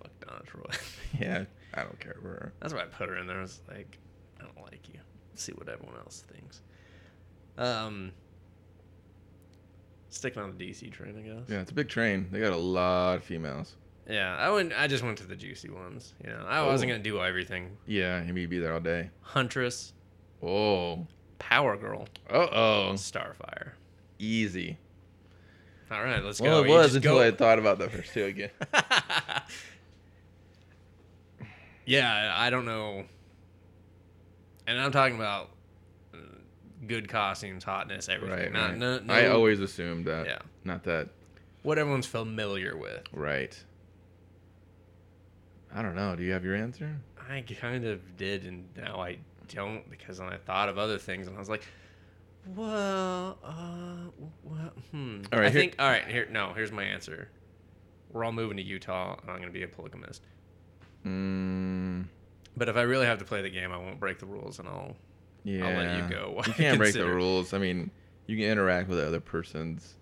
C: fuck Donna Troy.
B: Yeah, I don't care for her.
C: That's why I put her in there. I was like, I don't like you. see what everyone else thinks. Um, sticking on the DC train, I guess.
B: Yeah, it's a big train. They got a lot of females.
C: Yeah, I went. I just went to the juicy ones. You know, I wasn't
B: Oh.
C: gonna do everything.
B: Yeah, and you'd be there all day.
C: Huntress,
B: Oh.
C: Power Girl,
B: Uh oh.
C: Starfire.
B: Easy.
C: All right, let's
B: Well,
C: go.
B: it
C: You
B: was
C: just
B: until
C: go-
B: I thought about the first two again.
C: yeah, I I don't know. And I'm talking about uh, good costumes, hotness, everything.
B: right.
C: Not,
B: right.
C: No, no,
B: I always assumed that.
C: Yeah.
B: Not that.
C: what everyone's familiar with.
B: Right. I don't know. Do you have your answer?
C: I kind of did, and now I don't because then I thought of other things, and I was like, well, uh, well hmm.
B: All right,
C: I
B: here-
C: think. All right, here. No, here's my answer. We're all moving to Utah, and I'm gonna be a polygamist.
B: Mm,
C: But if I really have to play the game, I won't break the rules, and I'll.
B: yeah.
C: you go while
B: You
C: I
B: can't break the
C: consider.
B: rules. I mean, you can interact with other person's.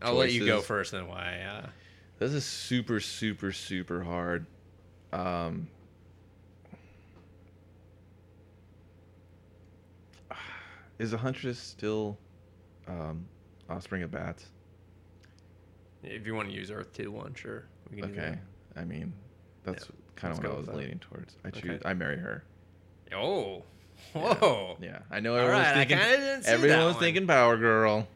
C: I'll let you go
B: Choices.
C: first, and why? Uh,
B: This is super, super, super hard. Um, is a huntress still um, offspring of bats?
C: if you want to use Earth Two One, sure. We can do
B: Okay. I mean, that's kind
C: let's
B: of what
C: go
B: I
C: with
B: was
C: that.
B: leaning towards. I
C: Okay.
B: choose. I marry her.
C: that. Oh. Whoa.
B: Yeah, I know
C: All
B: everyone's
C: right, I
B: thinking.
C: kinda didn't see
B: everyone
C: that
B: was
C: one.
B: thinking Power Girl.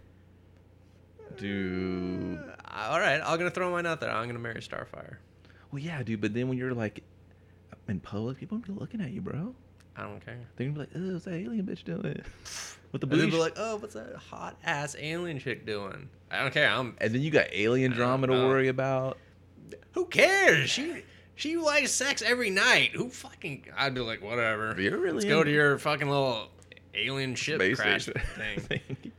B: Do
C: All right, I'm gonna throw mine out there. I'm gonna marry Starfire.
B: well, yeah, dude. But then when you're like in public, people gonna be looking at you, bro.
C: I don't care.
B: They're gonna be like, "Oh, what's that alien bitch doing with the
C: And
B: blue?"
C: they'd be
B: sh-"
C: like, "Oh, what's that hot ass alien chick doing?" I don't care. I'm.
B: and then you got alien
C: I
B: drama to
C: don't know.
B: worry about.
C: Who cares? She she likes sex every night. Who fucking? I'd be like, whatever.
B: You're really
C: Let's go
B: into
C: to your fucking little alien ship
B: space
C: crash
B: station
C: thing.
B: thing.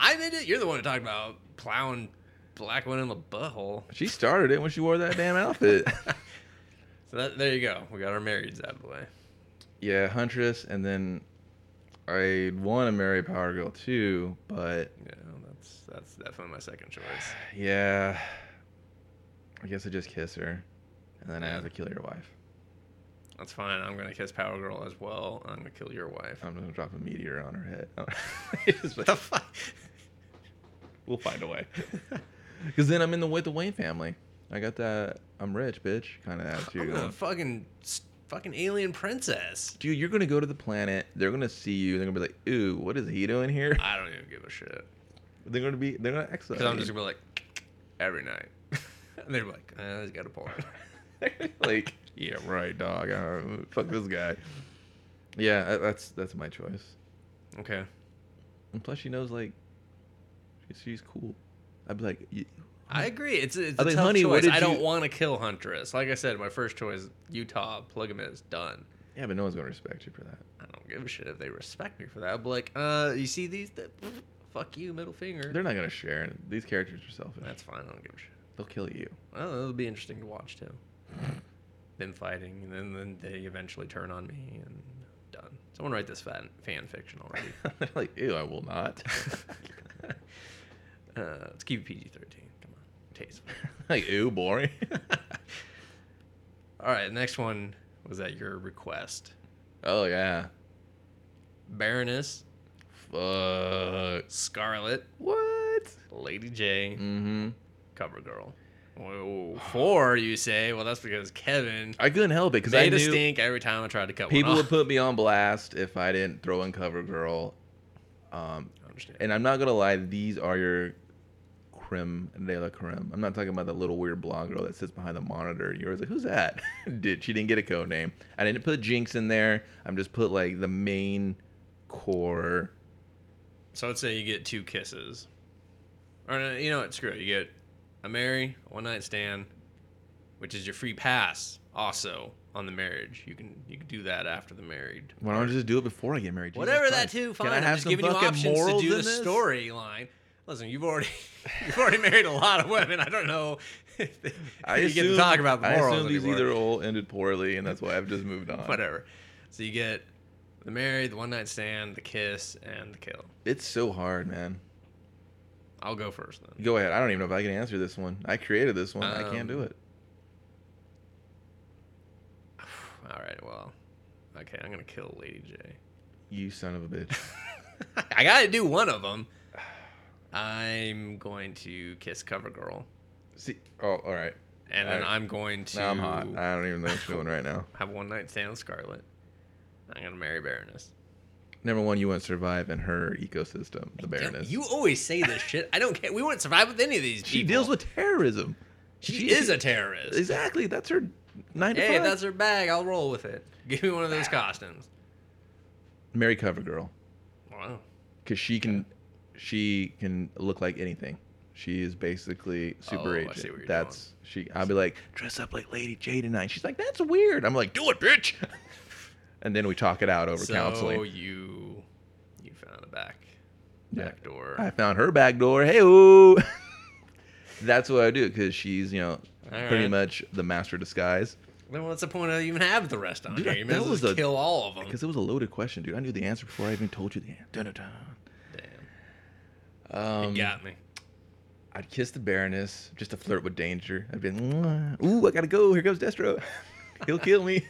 C: I did it. You're the one who talked about plowing black one in the butthole.
B: She started it when she wore that damn outfit.
C: So that, there you go. We got our marrieds out of the way.
B: yeah, Huntress, and then I want to marry Power Girl too, but
C: Yeah, that's that's definitely my second choice.
B: Yeah. I guess I just kiss her. And then I
C: Yeah.
B: have to kill your wife.
C: That's fine. I'm gonna kiss Power Girl as well. I'm gonna kill your wife.
B: I'm going to drop a meteor on her head. It's
C: what
B: like,
C: the fuck?
B: we'll find a way. Because then I'm in the with the Wayne family. I got that I'm rich, bitch kind of
C: I'm
B: attitude.
C: gonna
B: going.
C: fucking fucking alien princess.
B: Dude, you're going to go to the planet. They're going to see you. They're going to be like, ooh, what is he doing here?
C: I don't even give a shit.
B: They're going to be, they're going to exile.
C: Because I'm
B: you.
C: just gonna be like every night. and they're like, uh, he's got a point.
B: like, yeah, right, dog. Uh, fuck this guy. Yeah, that- that's that's my choice.
C: okay.
B: And plus, she knows, like, she- she's cool. I'd be like, "You-
C: I agree. It's it's
B: I
C: a
B: think,
C: tough
B: "Honey, what
C: choice.
B: did
C: I don't
B: you-"
C: want to kill Huntress. Like I said, my first choice, Utah. Plug him in is done.
B: Yeah, but no one's gonna respect you for that.
C: I don't give a shit if they respect me for that. But like, uh, you see these? Th- fuck you, middle finger.
B: They're not gonna share. These characters are selfish.
C: That's fine. I don't give a shit.
B: They'll kill you.
C: Well, it'll be interesting to watch too. Them fighting, and then, then they eventually turn on me, and done. Someone write this fan, fan fiction already.
B: They're like, ew, I will not.
C: uh, let's keep it PG thirteen. Come on, tasteful.
B: like, ew, boring.
C: All right, next one was at your request.
B: oh yeah.
C: Baroness,
B: Fuck.
C: Scarlet,
B: What?
C: Lady J,
B: Mm-hmm.
C: Cover Girl. Whoa, four, you say? Well, that's because Kevin
B: I couldn't help it because Uh, I
C: made a
B: knew
C: stink every time I tried to cut
B: people
C: one
B: would
C: off.
B: put me on blast if I didn't throw in CoverGirl. Um,
C: I understand.
B: and I'm not gonna lie, these are your creme de la creme. I'm not talking about the little weird blonde girl that sits behind the monitor. You're always like, who's that? Dude, she didn't get a code name. I didn't put Jinx in there. I'm just put like the main core.
C: So let's say you get two kisses. Or no, you know what? Screw it. You get a marry, a one night stand, which is your free pass. Also on the marriage, you can you can do that after the married.
B: Why don't I just do it before I get married? Jesus
C: Whatever that
B: Christ.
C: too.
B: Can
C: Fine.
B: I
C: I'm
B: have
C: just
B: some
C: giving you
B: fucking
C: options to
B: morals
C: do
B: in
C: the
B: this?
C: storyline. Listen, you've already you've already married a lot of women. I don't know. If they-
B: I
C: you
B: assume,
C: get to talk about the
B: I
C: morals
B: assume these
C: anymore.
B: either all ended poorly, and that's why I've just moved on.
C: Whatever. So you get the marry, the one night stand, the kiss, and the kill.
B: It's so hard, man.
C: I'll go first then.
B: Go ahead. I don't even know if I can answer this one. I created this one. I can't
C: Um,
B: do it.
C: All right. Well, okay. I'm gonna kill Lady J.
B: You son of a bitch.
C: I gotta do one of them. I'm going to kiss CoverGirl,
B: See, oh, all right.
C: and then
B: Alright.
C: I'm going to
B: Now I'm hot. I don't even know what I'm doing right now.
C: have one night stand with Scarlet. I'm gonna marry Baroness.
B: Number one, you won't survive in her ecosystem, the
C: Damn,
B: Baroness.
C: You always say this shit. I don't care. We wouldn't survive with any of these.
B: she
C: people.
B: deals with terrorism.
C: She,
B: she-
C: is a terrorist.
B: Exactly. That's her nine to
C: hey, if
B: five.
C: that's her bag. I'll roll with it. Give me one of those costumes.
B: Mary Covergirl,
C: Wow.
B: because she can, she can look like anything. She is basically super
C: Oh, I see
B: agent.
C: what you're doing.
B: that's she. I'll be like, dress up like Lady J tonight. She's like, that's weird. I'm like, do it, bitch. and then we talk it out over
C: So
B: counseling.
C: you, you found the back,
B: Yeah.
C: back door.
B: I found her back door. Hey, ooh. that's what I do because she's you know pretty
C: right.
B: much the master of disguise.
C: Then what's the point of even having the rest on
B: Dude,
C: here?
B: I-
C: You may
B: that
C: as well
B: was
C: just
B: the-
C: kill all of them.
B: Because it was a loaded question, dude. I knew the answer before I even told you the answer. Dun, dun,
C: Damn,
B: dun. Um,
C: you got me.
B: I'd kiss the Baroness just to flirt with danger. I'd be, like, "Mwah. ooh, I gotta go. Here comes Destro. He'll kill me.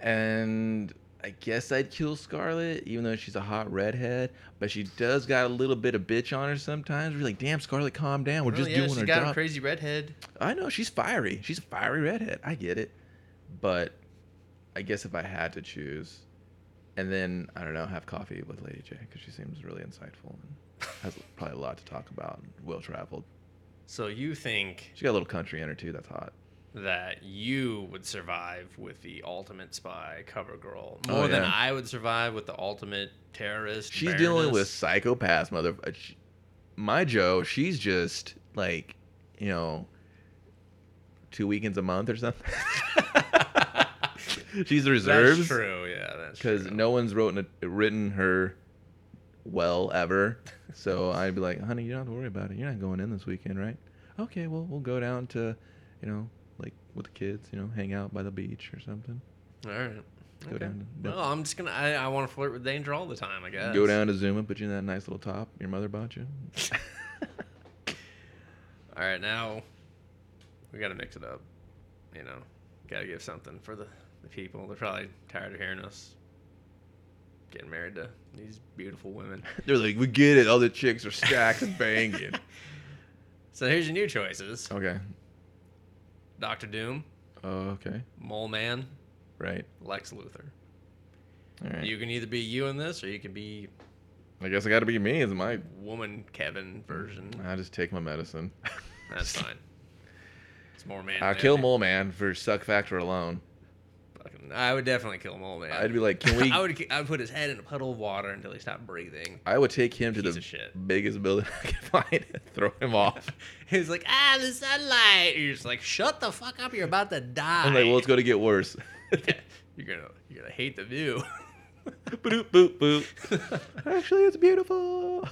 B: and I guess I'd kill Scarlet, even though she's a hot redhead. But she does got a little bit of bitch on her sometimes. We're like, damn, Scarlet, calm down. We're just
C: Well, Oh, yeah,
B: doing
C: she
B: her
C: got a
B: job.
C: crazy redhead.
B: I know she's fiery. She's a fiery redhead. I get it, but I guess if I had to choose, and then I don't know, have coffee with Lady J because she seems really insightful and has probably a lot to talk about. and Well traveled.
C: So you think
B: She got a little country in her too. That's hot.
C: that you would survive with the ultimate spy cover girl
B: Oh,
C: more than
B: yeah.
C: I would survive with the ultimate terrorist?
B: She's dealing with
C: Baroness?
B: psychopaths, mother. uh, she- My Joe, she's just like, you know, two weekends a month or something. she's the reserves.
C: That's true. Yeah, that's
B: because
C: true.
B: no one's wrote written her well ever. So I'd be like, honey, you don't have to worry about it. You're not going in this weekend, right? Okay, well, we'll go down to, you know, like with the kids, you know, hang out by the beach or something.
C: All right.
B: Go
C: Okay.
B: down to-
C: Well, I'm just gonna. I, I want to flirt with danger all the time. I guess.
B: Go down to Zuma, put you in that nice little top your mother bought you.
C: All right, now we got to mix it up. You know, got to give something for the, the people. They're probably tired of hearing us getting married to these beautiful women.
B: They're like, we get it. All the chicks are stacked and banging.
C: So here's your new choices
B: okay.
C: Doctor Doom,
B: Oh, okay.
C: Mole Man,
B: Right.
C: Lex Luthor.
B: All right.
C: You can either be you in this or you can be
B: I guess I got to be me. Is my.
C: woman Kevin version.
B: I just take my medicine.
C: That's fine. It's more man.
B: I
C: than
B: kill
C: anything.
B: Mole Man for suck factor alone.
C: Fucking- I would definitely kill Mole Man.
B: I'd be like, can we?
C: I would I would put his head in a puddle of water until he stopped breathing.
B: I would take him to
C: Piece
B: the
C: of shit.
B: biggest building I could find and throw him off.
C: He's like, ah, the sunlight. You're just like, shut the fuck up. You're about to die.
B: I'm like, well, it's going to get worse.
C: you're gonna, you're gonna hate the view.
B: boop, boop, boop. Actually, it's beautiful.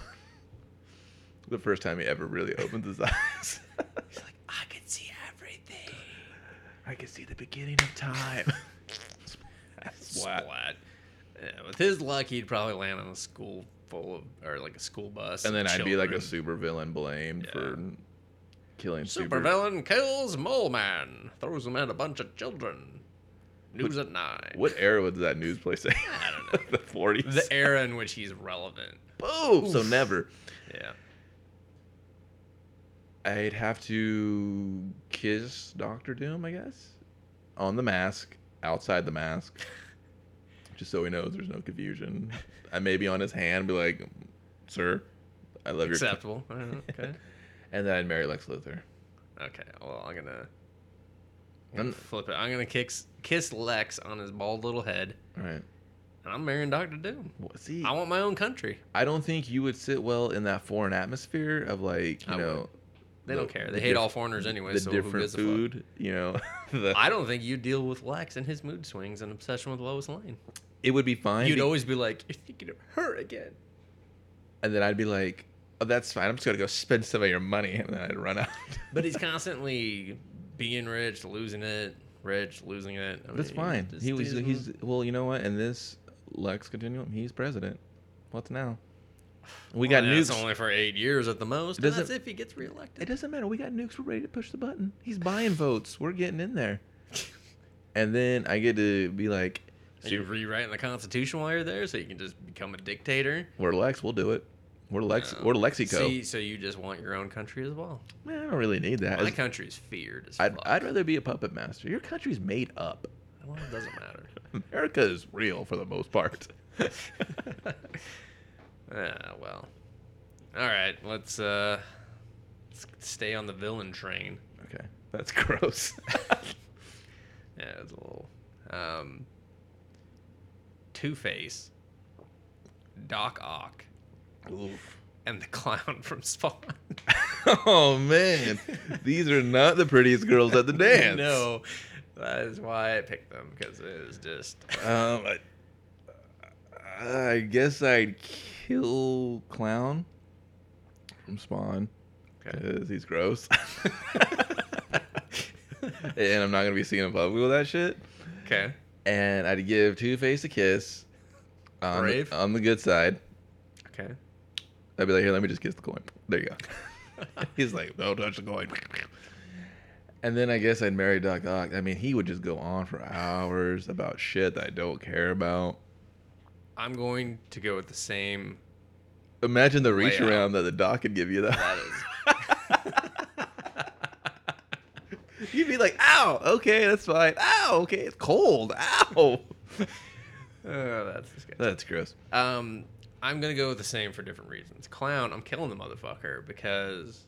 B: The first time he ever really opens his eyes.
C: He's like, I can see everything.
B: I can see the beginning of time. Splat.
C: Splat. Yeah, with his luck, he'd probably land on a school full of, or like a school bus.
B: And then
C: of
B: I'd be like a
C: children.
B: supervillain blamed
C: Yeah.
B: for killing super.
C: supervillain kills mole man, throws him at a bunch of children. News at nine.
B: What era was that news place say?
C: I don't
B: the 40s.
C: The era in which he's relevant.
B: Boom! So never.
C: Yeah.
B: I'd have to kiss Doctor Doom, I guess, on the mask, outside the mask, just so he knows there's no confusion. I may be on his hand, be like, "Sir, I love your.
C: Acceptable. I don't know, Okay.
B: And then I'd marry Lex Luthor.
C: Okay. Well, I'm gonna, I'm
B: I'm-
C: gonna flip it. I'm gonna kiss kiss Lex on his bald little head,
B: All right.
C: and I'm marrying Doctor Doom.
B: Well, See,
C: I want my own country.
B: I don't think you would sit well in that foreign atmosphere of like you
C: I
B: know.
C: wouldn't. They
B: the-
C: don't care.
B: the
C: They hate
B: diff-
C: all foreigners anyway.
B: the
C: so who
B: different
C: gives A
B: food, you know. the-
C: fuck? I don't think you deal with Lex and his mood swings and obsession with Lois Lane.
B: it would be fine.
C: You'd
B: be-
C: always be like, "You're thinking of her again."
B: and then I'd be like, "Oh, that's fine. I'm just gonna go spend some of your money," and then I'd run out.
C: But he's constantly being rich, losing it, rich, losing it. I
B: That's
C: mean,
B: fine.
C: just
B: He was.
C: isn't-
B: He's well. You know what? In this Lex Continuum, he's president. What's now? We
C: Well,
B: got
C: yeah, it's
B: nukes.
C: only for eight years at the most.
B: It
C: and that's
B: doesn't-
C: if he gets
B: it
C: reelected.
B: doesn't matter. We got nukes. We're ready to push the button. He's buying votes. We're getting in there. And then I get to be like,
C: Are you rewriting the Constitution while you're there so you can just become a dictator?
B: "We're Lex. We'll do it. We're Lex.
C: No.
B: We're Lexico."
C: See, so you just want your own country as well.
B: Man, I don't really need that.
C: My
B: As-
C: country's feared as
B: I'd,
C: fuck.
B: I'd rather be a puppet master. Your country's made up.
C: Well, it doesn't matter.
B: America is real for the most part.
C: Ah, well. All right, let's uh, let's stay on the villain train.
B: okay, that's gross.
C: Yeah, it's a little. Um, Two Face, Doc Ock,
B: Oof.
C: and the clown from Spawn.
B: Oh man, these are not the prettiest girls at the dance.
C: no, that is why I picked them because it is just.
B: Um, I, I guess I'd kill Clown from Spawn
C: Okay.
B: because he's gross, and I'm not gonna be seen in public with that shit.
C: okay.
B: And I'd give Two Face a kiss. On,
C: Brave.
B: on the good side.
C: Okay.
B: I'd be like, here, let me just kiss the coin. There you go. He's like, don't touch the coin. And then I guess I'd marry Doc Ock. I mean, he would just go on for hours about shit that I don't care about.
C: I'm going to go with the same.
B: Imagine the reach
C: Layout.
B: around that the doc could give you though.
C: That is.
B: You'd be like, ow, okay, that's fine. Ow, okay, it's cold. Ow.
C: Oh, that's disgusting.
B: That's gross.
C: Um, I'm gonna go with the same for different reasons. Clown, I'm killing the motherfucker because,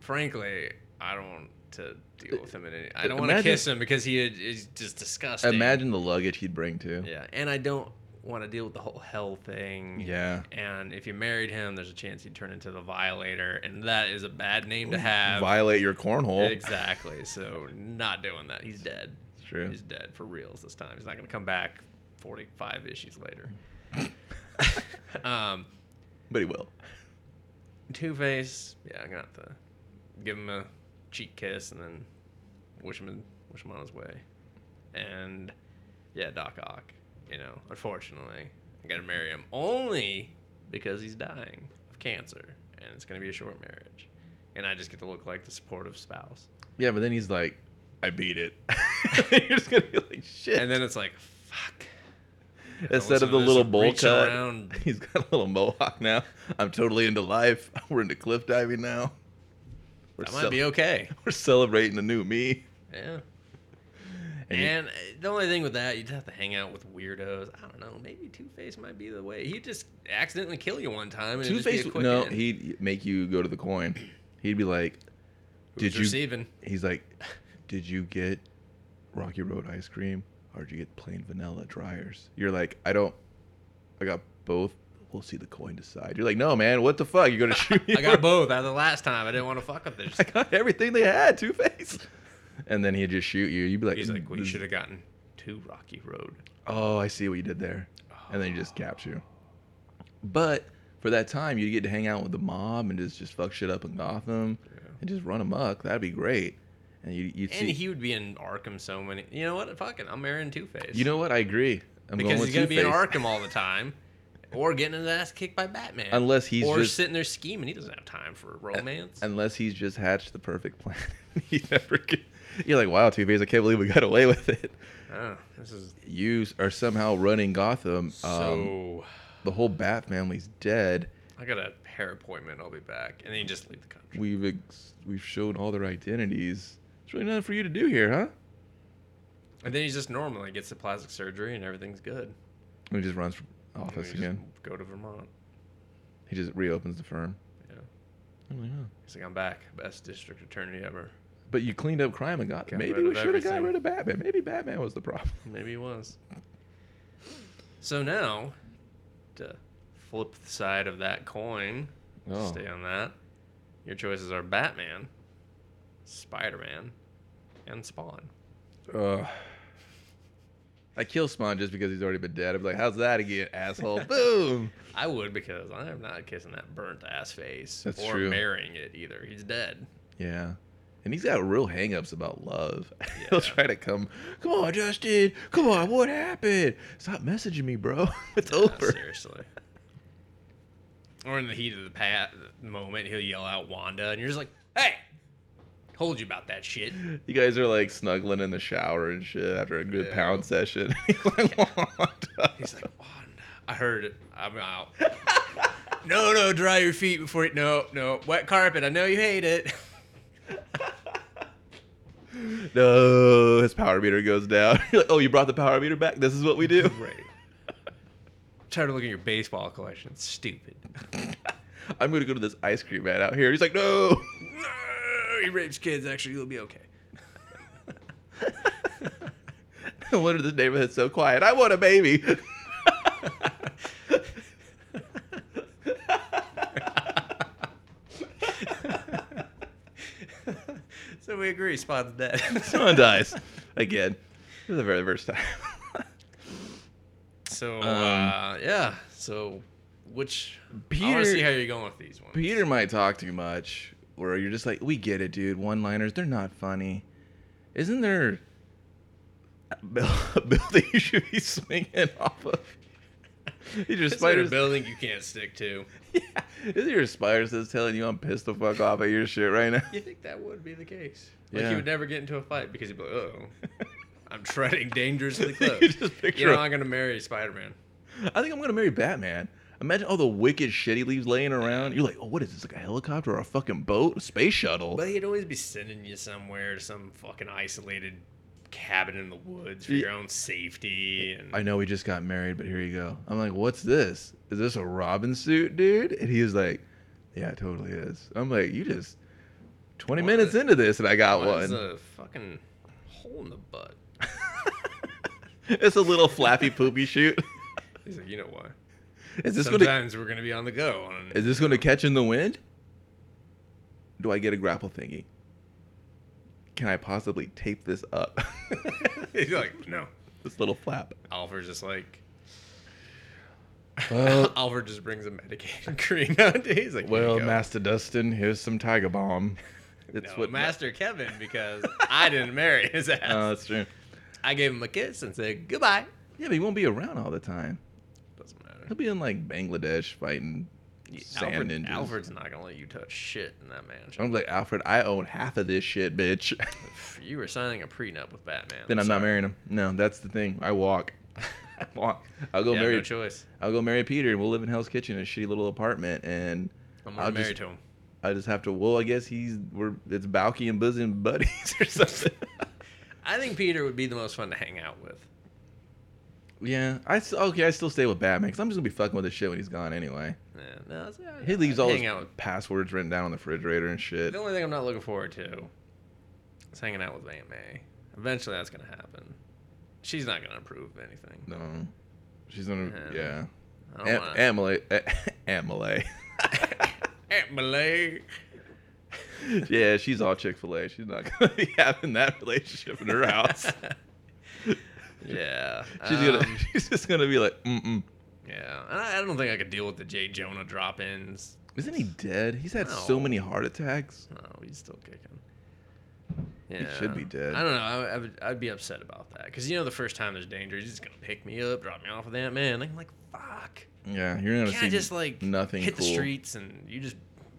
C: frankly, I don't want to deal with him. In any, I don't want to
B: Imagine-
C: kiss him because he is- is just disgusting.
B: Imagine the luggage he'd bring too.
C: Yeah, and I don't want to deal with the whole hell thing.
B: Yeah.
C: And if you married him, there's a chance he'd turn into the violator, and that is a bad name to have.
B: Violate your cornhole.
C: exactly. So not doing that. He's dead.
B: It's true.
C: He's dead for reals this time. He's not gonna come back 45 issues later. um,
B: But he will.
C: Two Face. Yeah, I'm gonna have to give him a cheek kiss and then wish him wish him on his way. And yeah, Doc Ock. You know, unfortunately, I gotta marry him only because he's dying of cancer, and it's gonna be a short marriage, and I just get to look like the supportive spouse.
B: Yeah, but then he's like, I beat it. You're just gonna be like, shit.
C: And then it's like, fuck.
B: Instead
C: listen
B: of
C: to
B: the
C: this
B: little bowl
C: reach
B: cut,
C: around.
B: he's got a little mohawk now. I'm totally into life. We're into cliff diving now. We're,
C: That might
B: cel-
C: be okay.
B: we're celebrating the new me.
C: Yeah.
B: And you-
C: And uh, the only thing with that, you'd have to hang out with weirdos. I don't know. Maybe Two Face might be the way. He'd just accidentally kill you one time. and
B: Two
C: it'd just be a
B: Face,
C: quick
B: no,
C: end.
B: he'd make you go to the coin. He'd be like,
C: Who's
B: "Did you?"
C: receiving?
B: He's like, "Did you get Rocky Road ice cream, or did you get plain vanilla dryers?" You're like, "I don't. I got both. We'll see the coin decide." You're like, "No, man. What the fuck? You're gonna shoot me?"
C: I
B: for-
C: got both out of the last time. I didn't want to fuck with this.
B: I got everything they had, Two Face. And then he'd just shoot you. You'd be like,
C: He's like, we
B: "This-
C: should have gotten to Rocky Road.
B: Oh, I see what you did there. And then he just caps you. But for that time, you get to hang out with the mob and just, just fuck shit up in Gotham and just run amok. That'd be great. And you you
C: And
B: see,
C: he would be in Arkham so many. You know what? Fuck it. I'm marrying Two Face.
B: you know what? I agree. I'm going
C: because he's
B: with
C: gonna be in
B: Two-Face.
C: Arkham all the time, or getting his ass kicked by Batman.
B: Unless he's
C: or
B: just-
C: sitting there scheming. He doesn't have time for romance.
B: Unless he's just hatched the perfect plan. he never could. You're like, wow, Two Face, I can't believe we got away with it.
C: oh, this is
B: You are somehow running Gotham. Um,
C: so.
B: the whole Bat family's dead.
C: I got a hair appointment. I'll be back, and then you just leave the country.
B: We've ex- we've shown all their identities. There's really nothing for you to do here, huh?
C: And then he just normally gets the plastic surgery, and everything's good.
B: And he just runs for
C: And
B: office
C: we just
B: again.
C: Go to Vermont.
B: He just reopens the firm.
C: Yeah.
B: I'm like, oh.
C: He's like, I'm back, best district attorney ever.
B: But you cleaned up crime and got.
C: Got
B: maybe
C: rid
B: we
C: of
B: should have got
C: everything.
B: rid of Batman. Maybe Batman was the problem.
C: Maybe he was. So now, to flip the side of that coin,
B: Oh.
C: stay on that. Your choices are Batman, Spider Man, and Spawn.
B: Ugh. I kill Spawn just because he's already been dead. I'm like, how's that again, asshole? Boom.
C: I would because I'm not kissing that burnt ass face
B: That's
C: or
B: true.
C: marrying it either. He's dead.
B: Yeah. And he's got real hangups about love. He'll
C: Yeah.
B: try to come, come on, Justin. Come on, what happened? Stop messaging me, bro. It's
C: Nah,
B: over.
C: seriously. Or in the heat of the pat moment, he'll yell out Wanda, and you're just like, "Hey, told you about that shit."
B: You guys are like snuggling in the shower and shit after a good
C: Yeah.
B: pound session. He's like, "Wanda."
C: He's like, Wanda. I heard it. I'm out. no, no, dry your feet before you. No, no, wet carpet. I know you hate it.
B: no, his power meter goes down. You're like, oh, you brought the power meter back? This is what we do?
C: Right. Try to look at your baseball collection. It's stupid.
B: I'm going to go to this ice cream man out here. He's like, no.
C: No, he rapes kids. Actually, you'll be okay.
B: No wonder this neighborhood's so quiet. I want a baby.
C: So we agree. Spot's dead.
B: Someone dies again. This is the very first time.
C: so uh,
B: Um,
C: yeah. So which I want
B: Peter-
C: to see how you're going with these ones.
B: Peter might talk too much, or you're just like, we get it, dude. One liners, they're not funny. Isn't there a bill a bill that you should be swinging off of? Is your
C: Is there a
B: spider
C: building you can't stick to.
B: Yeah. Is your spider that's telling you I'm pissed the fuck off at your shit right now?
C: You think that would be the case? Like
B: Yeah.
C: he would never get into a fight because he'd be like, "Oh, I'm treading dangerously
B: You
C: close."
B: just picture
C: You're
B: him.
C: not gonna marry Spider-Man.
B: I think I'm gonna marry Batman. Imagine all the wicked shit he leaves laying around. You're like, oh, what is this? Like a helicopter or a fucking boat, a space shuttle?
C: But he'd always be sending you somewhere to some fucking isolated cabin in the woods for
B: Ye-
C: your own safety. And
B: I know we just got married, but here you go. I'm like, what's this? Is this a Robin suit, dude? And he was like, yeah, it totally is. I'm like, you just 20
C: What?
B: minutes into this and I got
C: One's
B: one.
C: a fucking hole in the butt.
B: it's a little flappy poopy shoot.
C: He's like, you know what?
B: Is this gonna
C: Sometimes we're gonna be on the go. On
B: is this gonna catch in the wind? Do I get a grapple thingy? Can I possibly tape this up?
C: He's like, no.
B: this little flap.
C: Alfred's just like. Oh,
B: Well-
C: Alfred just brings a medicated cream nowadays. Like, "Here you
B: Well,
C: go."
B: Master Dustin, here's some Tiger Bomb. That's
C: no,
B: what
C: Master Kevin because I didn't marry his ass.
B: Oh, that's true.
C: I gave him a kiss and said goodbye.
B: Yeah, but he won't be around all the time.
C: Doesn't
B: He'll
C: matter.
B: be in like Bangladesh fighting sand
C: Alfred,
B: ninjas.
C: Alfred's not gonna let you touch shit in that mansion.
B: I'm like Alfred. I own half of this shit, bitch.
C: You were signing a prenup with Batman.
B: then I'm not
C: sorry.
B: marrying him. No, that's the thing. I walk. I walk. I'll go
C: yeah,
B: marry.
C: no choice.
B: I'll go marry Peter, and we'll live in Hell's Kitchen, in a shitty little apartment, and
C: I'm
B: I'll
C: not
B: just,
C: married to him.
B: I just have to. Well, I guess he's we're it's Balky and bosom buddies or something.
C: I think Peter would be the most fun to hang out with.
B: yeah, I s- okay. I still stay with Batman because I'm just gonna be fucking with this shit when he's gone anyway.
C: Yeah, no, that's- yeah,
B: He
C: no,
B: leaves
C: I'd
B: all
C: hang
B: his
C: out. with-
B: passwords written down on the refrigerator and shit.
C: The only thing I'm not looking forward to is hanging out with Aunt May. Eventually, that's gonna happen. She's not gonna approve of anything.
B: No, she's gonna.
C: Yeah.
B: Yeah,
C: I don't
B: Am-
C: wanna-
B: eh, Amalay. Amalay.
C: Aunt Malay.
B: yeah, she's all Chick Fil A. She's not gonna be having that relationship in her house.
C: yeah.
B: She's gonna.
C: um,
B: she's just gonna be like, mm mm.
C: yeah. And I, I don't think I could deal with the J. Jonah drop ins.
B: Isn't he dead? He's had so
C: No.
B: many heart attacks.
C: Oh, he's still kicking. Yeah.
B: should be dead.
C: I don't know. I, I would, I'd be upset about that. Because, you know, the first time there's danger, he's just going to pick me up, drop me off with Ant Man. I'm like, fuck.
B: Yeah, you're gonna
C: Can't
B: see
C: I just, like,
B: nothing
C: hit
B: cool.
C: the streets and you just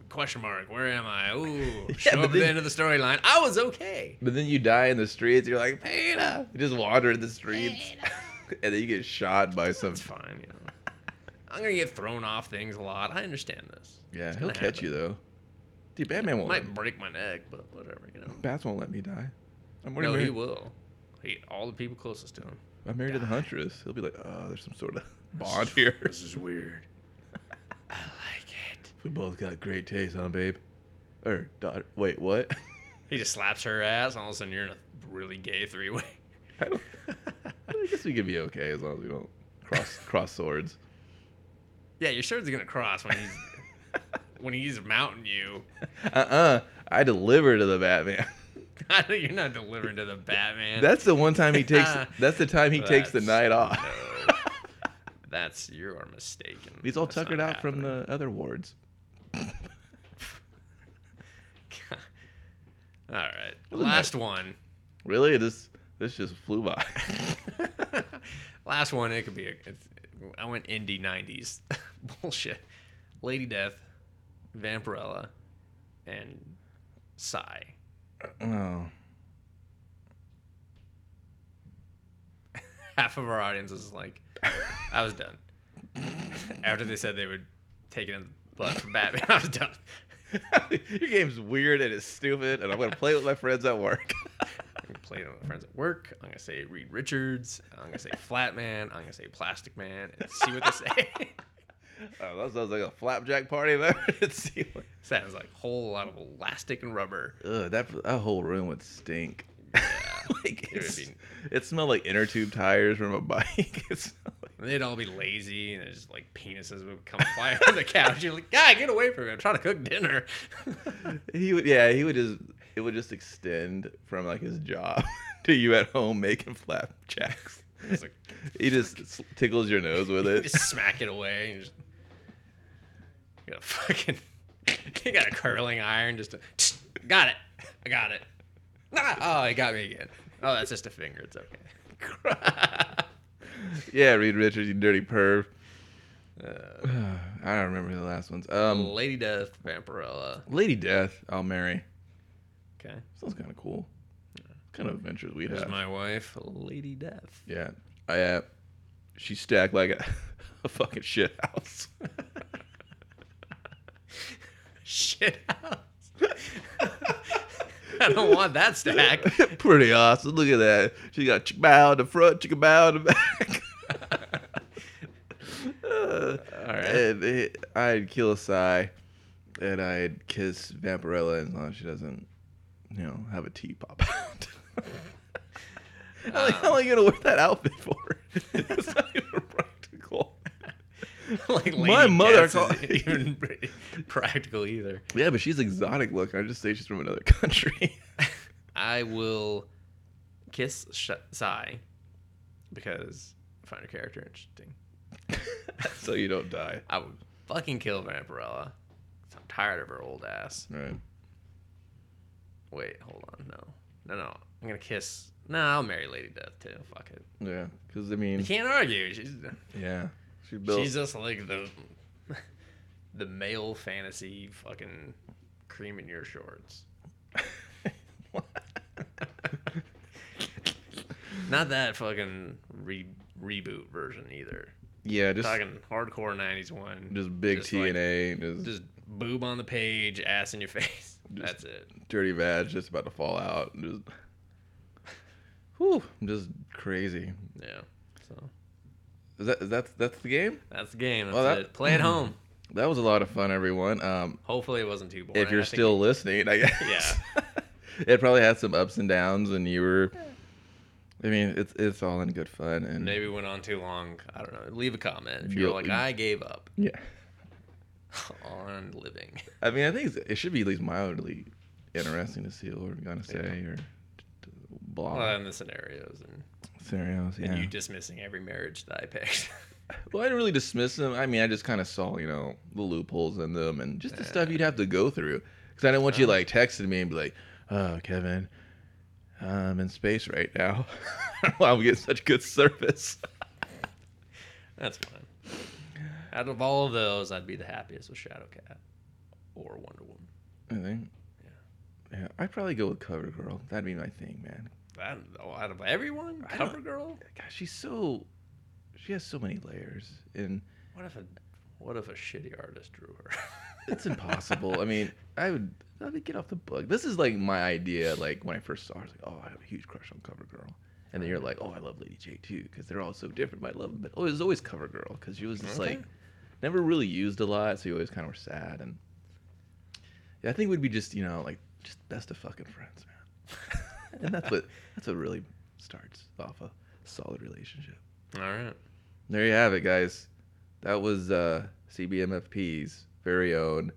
C: question mark, where am I? Ooh.
B: but
C: show up at
B: then-
C: the end of the storyline. I was okay.
B: But then you die in the streets. You're like Peter. You just wander in the streets, and then you get shot by some.
C: It's fine, you know. I'm going to get thrown off things a lot. I understand this.
B: Yeah,
C: It's
B: he'll
C: gonna
B: catch
C: happen.
B: you though. Dude, Batman won't. let me-
C: Might break my neck, but whatever, you know.
B: Bats won't let me die. I'm already
C: No,
B: married.
C: he will. He, all the people closest to him.
B: I'm married to the
C: die.
B: huntress. He'll be like, oh, there's some sort of bond here.
C: This is weird. I like
B: We both got great taste, huh, babe? Or daughter? Wait, what?
C: He just slaps her ass, and all of a sudden you're in a really gay three way.
B: I, don't, I guess we could be okay as long as we don't cross cross swords.
C: Yeah, your sword's gonna cross when he's when he's mounting you.
B: Uh uh I deliver to the Batman.
C: I know you're not delivering to the Batman.
B: That's the one time he takes. That's the time he takes the
C: That's-
B: night off.
C: no. That's you are mistaken.
B: He's all
C: That's not
B: tuckered out from
C: happening.
B: the other wards.
C: All right,
B: Wasn't
C: last
B: that-
C: one.
B: Really, this this just flew by.
C: last one. It could be. A, it's, I went indie '90s bullshit. Lady Death, Vampirella, and Psy.
B: oh,
C: half of our audience was like, I was done. After they said they would take it in the butt for Batman, I was done.
B: your game's weird and it's stupid, and I'm gonna play it with my friends at work.
C: I'm gonna play it on my friends at work. I'm gonna say Reed Richards. I'm gonna say Flatman. I'm gonna say Plastic Man and see what they say.
B: oh, that sounds like a flapjack party. Man. It's-
C: Sounds like a whole lot of elastic and rubber.
B: Ugh, that that whole room would stink. like
C: would
B: it's-
C: be-
B: it smelled like inner tube tires from a bike. It smelled like
C: And they'd all be lazy and there's like penises would come flying on the couch. You're like, guy, get away from me. I'm trying to cook dinner.
B: He would, yeah, he would just, it would just extend from like his job to you at home making flapjacks.
C: It's like,
B: He just s- tickles your nose with
C: You
B: it.
C: just smack it away and just you got a fucking you got a curling iron just to, got it i got it Nah, oh it got me again oh that's just a finger it's okay
B: Yeah, Reed Richards, you dirty perv. I don't remember the last ones. Um,
C: lady death vampirella
B: Lady Death, I'll marry.
C: okay
B: Sounds kind of cool. What kind of adventures we'd
C: there's
B: have.
C: my wife lady death
B: yeah, I, uh, she stacked like a, a fucking shit house.
C: shit house i don't want that stack
B: Pretty awesome. Look at that. She got chick bow in the front, chick bow in the back.
C: all right
B: And it- I'd kill a sigh, and I'd kiss Vampirella as long as she doesn't, you know, have a T pop out. How long- how long you gonna wear that outfit for? it's not even practical.
C: like lady
B: My mother
C: Death
B: called-
C: isn't even practical either
B: Yeah, but she's exotic looking. I just say she's from another country.
C: I will kiss Sh- Sai because I find her character interesting.
B: so you don't die.
C: I would fucking kill Vampirella. 'cause I'm tired of her old ass.
B: All right.
C: Wait, hold on. No. No, no. I'm going to kiss. No, I'll marry Lady Death too. Fuck it.
B: Yeah, because I
C: You
B: mean,
C: can't argue. She's,
B: yeah, she built.
C: she's just like the the male fantasy fucking cream in your shorts. Not that fucking re- reboot version either.
B: yeah, just
C: talking hardcore 90s one.
B: just big
C: just
B: T
C: like-
B: and A, just,
C: Just boob on the page, ass in your face. That's it.
B: dirty vag just about to fall out. and Just, whew, just crazy.
C: Yeah. So
B: Is that is that that's the game?
C: that's the game. That's
B: Well, that-
C: it. Play at home.
B: That was a lot of fun, everyone. Um,
C: Hopefully it wasn't too boring.
B: if you're
C: I think-
B: still listening, I guess. Yeah. it probably had some ups and downs, and you were. I mean, it's it's all in good fun, and
C: Maybe it went on too long. I don't know. Leave a comment if you're
B: You'll-
C: like, I gave up
B: yeah.
C: on living.
B: I mean, I think it's, it should be at least mildly interesting to see what we're gonna say or t- t- blah
C: Well, and the scenarios and,
B: scenarios. Yeah.
C: and you dismissing every marriage that I picked.
B: Well, I didn't really dismiss them. I mean, I just kind of saw, you know, the loopholes in them and just the stuff you'd have to go through. Because I didn't want you like texting me and be like, "Oh, Kevin, I'm in space right now. Why I'm getting such good service."
C: that's fine. Out of all of those, I'd be the happiest with Shadowcat or Wonder Woman.
B: I think. Yeah, I'd probably go with Cover Girl. That'd be my thing, man.
C: That, oh, out of everyone,
B: I don't-
C: CoverGirl.
B: Gosh, she's so, she has so many layers, and
C: What if a what if a shitty artist drew her?
B: it's impossible. I mean, I would, I would get off the bug. This is like my idea. Like when I first saw, her, I was like, oh, I have a huge crush on CoverGirl. And then you're like, oh, I love Lady J too, because they're all so different. But I love them. But oh, it was always CoverGirl because she was just
C: Okay.
B: like, never really used a lot, so you always kind of were sad. And yeah, I think we'd be just you know like just best of fucking friends, man. and that's what that's what really starts off a solid relationship.
C: All right.
B: There you have it, guys. That was uh, CBMFP's very own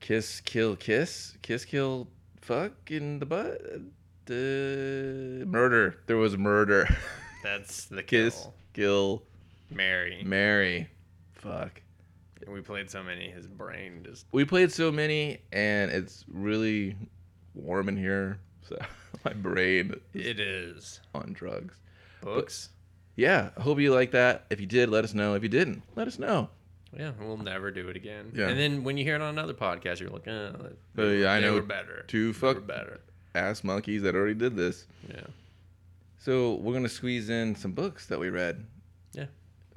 B: kiss, kill, kiss, kiss, kill, fuck in the butt, uh, murder. There was murder.
C: That's the
B: kiss,
C: kill.
B: kill,
C: Mary.
B: marry, fuck.
C: we played so many, his brain just.
B: We played so many, and it's really warm in here, so my brain is
C: It is.
B: on drugs.
C: Books.
B: Yeah, I hope you like that. If you did, let us know. If you didn't, let us know.
C: Yeah, we'll never do it again.
B: Yeah.
C: And then when you hear it on another podcast, you're like, eh,
B: Uh,
C: they,
B: yeah, I
C: they
B: know
C: were better.
B: two
C: They were
B: fuck-
C: better.
B: Ass monkeys that already did this.
C: Yeah.
B: So we're gonna squeeze in some books that we read.
C: Yeah.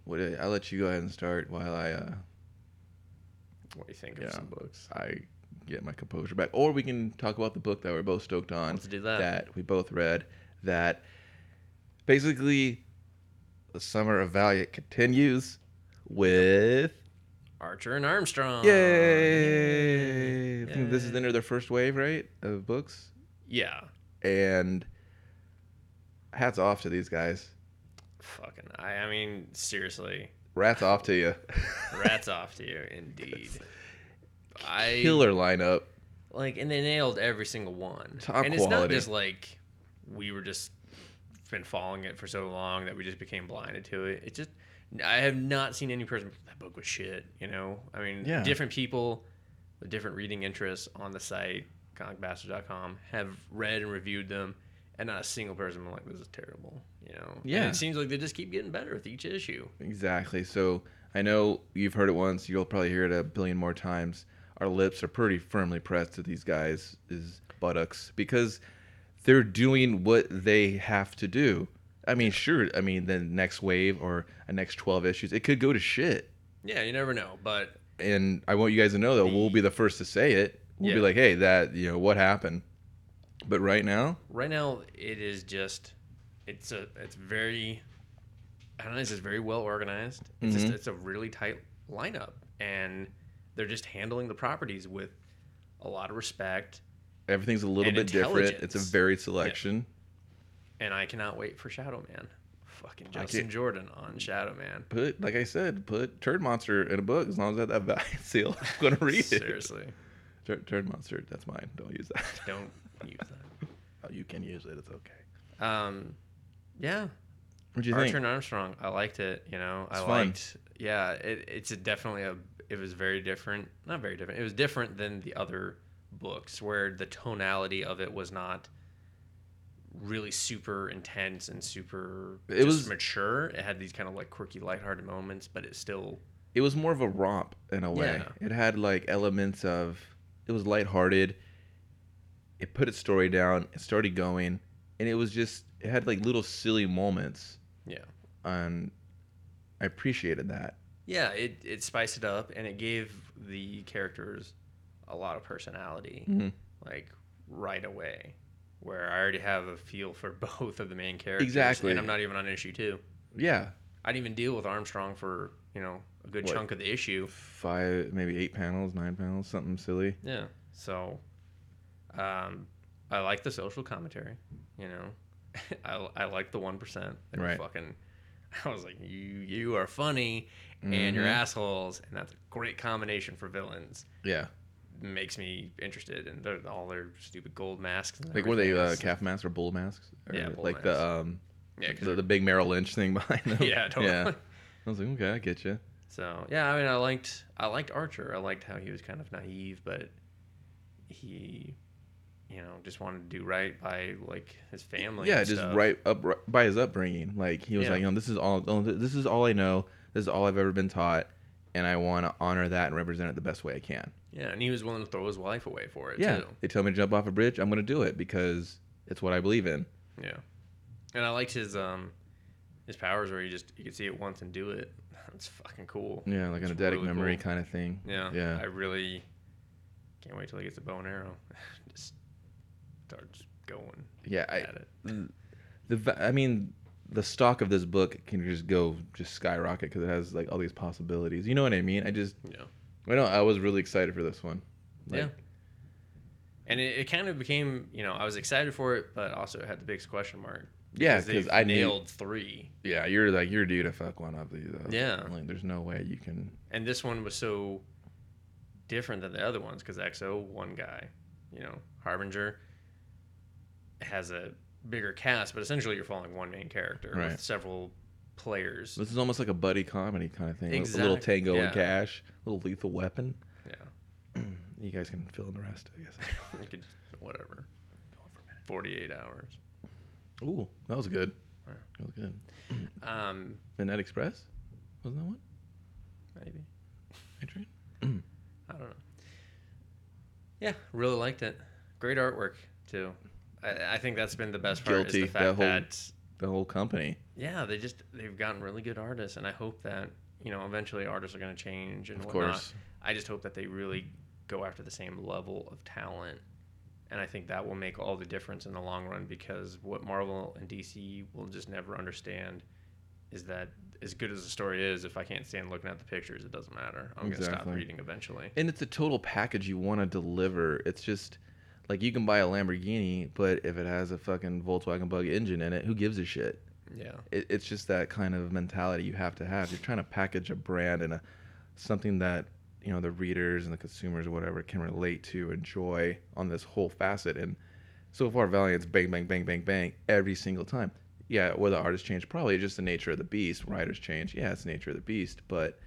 B: What uh, I'll let you go ahead and start while I uh,
C: What do you think
B: Yeah.
C: of some books?
B: I get my composure back, or we can talk about the book that we're both stoked on.
C: Let's do that.
B: That we both read. That basically, the summer of Valiant continues with
C: Archer and Armstrong.
B: yay. I think this is
C: Yay.
B: under their first wave, right, of books,
C: Yeah.
B: and hats off to these guys.
C: Fucking. I, I mean, seriously,
B: Rats off to you.
C: rats off to you, indeed. I
B: Killer lineup.
C: like, and they nailed every single one.
B: Top
C: and it's not
B: quality.
C: just like we were just been following it for so long that we just became blinded to it. It just, I have not seen any person. That book was shit. You know, I mean,
B: Yeah.
C: different people with different reading interests on the site comicbastard.com have read and reviewed them. And not a single person was like, "This is terrible," you know. And
B: Yeah.
C: it seems like they just keep getting better with each issue.
B: Exactly. So I know you've heard it once. You'll probably hear it a billion more times. Our lips are pretty firmly pressed to these guys' buttocks because they're doing what they have to do. I mean, sure. I mean, the next wave or a next twelve issues, it could go to shit.
C: Yeah, you never know, but
B: And I want you guys to know that we'll be the first to say it. We'll be
C: Yeah.
B: like, "Hey, that you know what happened." But right now,
C: right now it is just it's a it's very I don't know, it's just very well organized. It's
B: Mm-hmm.
C: just it's a really tight lineup and they're just handling the properties with a lot of respect
B: everything's a little
C: And
B: bit different. It's a
C: intelligence.
B: varied selection.
C: and I cannot wait for Shadow Man. Fucking
B: I
C: Justin
B: can't-
C: Jordan on Shadow Man.
B: put like I said, put Turd Monster in a book as long as I have that Valiant seal. I'm gonna read it.
C: Seriously.
B: Tur- Turd Monster, that's mine. Don't use that.
C: Don't use that.
B: Oh, you can use it. It's okay.
C: Um yeah.
B: What do you
C: Archer
B: think?
C: and Armstrong. I liked it. You know,
B: It's
C: I
B: fun.
C: liked. Yeah, it, it's a definitely a. It was very different. Not very different. It was different than the other books, where the tonality of it was not really super intense and super.
B: It
C: just
B: was-
C: mature. It had these kind of like quirky, lighthearted moments, but it still.
B: It was more of a romp in a way.
C: Yeah.
B: It had like elements of. It was lighthearted. It put its story down. It started going, and it was just. It had like little silly moments,
C: Yeah.
B: and I appreciated that.
C: Yeah. It it spiced it up and it gave the characters a lot of personality.
B: Mhm.
C: like right away where I already have a feel for both of the main characters.
B: Exactly.
C: And I'm not even on issue two.
B: Yeah,
C: I didn't even deal with Armstrong for, you know, a good
B: What?
C: chunk of the issue.
B: five, maybe eight panels, nine panels, something silly.
C: Yeah. So um I like the social commentary, you know. I, I like the one percent. They were
B: Right.
C: fucking I was like, You you are funny and you're
B: Mhm.
C: assholes and that's a great combination for villains.
B: Yeah,
C: Makes me interested in their, all their stupid gold masks. And
B: like were they
C: everything
B: uh,
C: is-
B: calf masks or bull masks? Or
C: Yeah, bull
B: like
C: masks.
B: the um,
C: Yeah, 'cause
B: the, the big Merrill Lynch thing behind them.
C: Yeah, totally.
B: I was like, okay, I get you.
C: So yeah, I mean, I liked I liked Archer. I liked how he was kind of naive, but he, you know, just wanted to do right by like his family.
B: yeah,
C: and
B: just
C: stuff.
B: right up right, by his upbringing. Like he was
C: Yeah.
B: like, you know, this is all oh, th- this is all I know. This is all I've ever been taught, and I want to honor that and represent it the best way I can.
C: Yeah, and he was willing to throw his life away for it
B: yeah,
C: too.
B: they tell me to jump off a bridge. I'm gonna do it because it's what I believe in.
C: Yeah, and I liked his um his powers where he just you could see it once and do it. It's fucking cool.
B: Yeah, like
C: It's
B: an eidetic
C: really
B: memory
C: cool.
B: kind of thing.
C: Yeah,
B: yeah.
C: I really can't wait till he gets a bow and arrow. just starts going
B: yeah, I,
C: at it.
B: the va- I mean, the stock of this book can just go just skyrocket because it has like all these possibilities. You know what I mean? I just
C: Yeah.
B: I know I was really excited for this one.
C: yeah. And it, it kind of became, you know, I was excited for it, but also it had the biggest question mark.
B: Yeah,
C: they
B: because I knew.
C: nailed three,
B: Yeah, you're like you're due to fuck one up. These up.
C: Yeah.
B: like there's no way you can.
C: and this one was so different than the other ones because XO, one guy, you know, Harbinger has a bigger cast, but essentially you're following one main character
B: Right.
C: with several players.
B: This is almost like a buddy comedy kind of thing. A- A little
C: Exact-
B: Tango
C: yeah.
B: and Cash, a little Lethal Weapon.
C: Yeah,
B: You guys can fill in the rest, I guess.
C: you could, whatever. Forty-eight hours.
B: Ooh, that was good.
C: Yeah.
B: That was good.
C: Um,
B: Midnight Express, wasn't that one?
C: maybe
B: Adrian?
C: I don't know. Yeah, really liked it. Great artwork too. I, I think that's been the best part.
B: Guilty,
C: Is the fact
B: that whole-
C: that
B: The whole company.
C: yeah, they just they've gotten really good artists, and I hope that you know eventually artists are going to change and
B: Of
C: whatnot.
B: course.
C: I just hope that they really go after the same level of talent, and I think that will make all the difference in the long run because what Marvel and DC will just never understand is that as good as the story is, if I can't stand looking at the pictures, it doesn't matter. I'm going to
B: Exactly.
C: stop reading eventually.
B: And it's a total package you want to deliver. It's just like you can buy a Lamborghini, but if it has a fucking Volkswagen Bug engine in it, who gives a shit?
C: Yeah.
B: it, it's just that kind of mentality you have to have. You're trying to package a brand and a something that you know the readers and the consumers or whatever can relate to, enjoy on this whole facet. And so far, Valiant's bang, bang, bang, bang, bang every single time. Yeah, whether artists change, probably just the nature of the beast. Writers change, yeah, it's the nature of the beast. But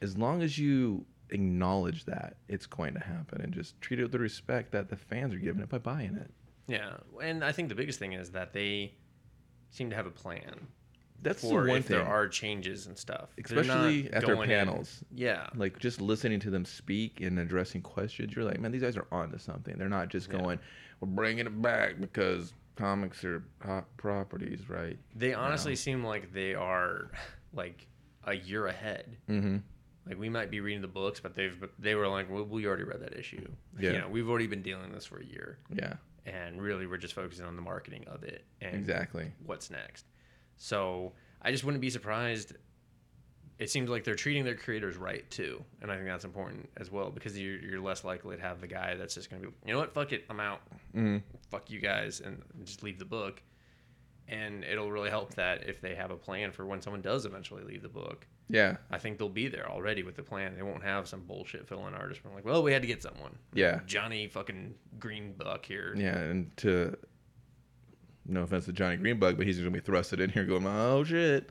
B: as long as you acknowledge that, it's going to happen, and just treat it with the respect that the fans are giving it by buying it.
C: Yeah, and I think the biggest thing is that they seem to have a plan
B: That's the
C: for
B: one
C: if
B: thing,
C: there are changes and stuff, They're not
B: especially at their
C: going in-
B: panels.
C: Yeah,
B: like just listening to them speak and addressing questions, you're like, man, these guys are onto something. They're not just
C: Yeah.
B: going, we're bringing it back because comics are hot properties, right?
C: they honestly seem like they are like a year ahead.
B: Mm-hmm.
C: Like we might be reading the books, but they've they were like, well, we already read that issue.
B: Yeah.
C: you know, we've already been dealing with this for a year,
B: Yeah,
C: and really we're just focusing on the marketing of it and
B: exactly.
C: what's next. So I just wouldn't be surprised. It seems like they're treating their creators right too, and I think that's important as well because you're, you're less likely to have the guy that's just gonna be, you know what, fuck it, I'm out,
B: Mm.
C: fuck you guys, and just leave the book. And it'll really help that if they have a plan for when someone does eventually leave the book.
B: Yeah,
C: I think they'll be there already with the plan. They won't have some bullshit fill-in artist. From like, well, we had to get someone.
B: Yeah.
C: Johnny fucking Greenbuck here.
B: yeah. And to no offense to Johnny Greenbug, but he's gonna be thrusted in here going, oh shit.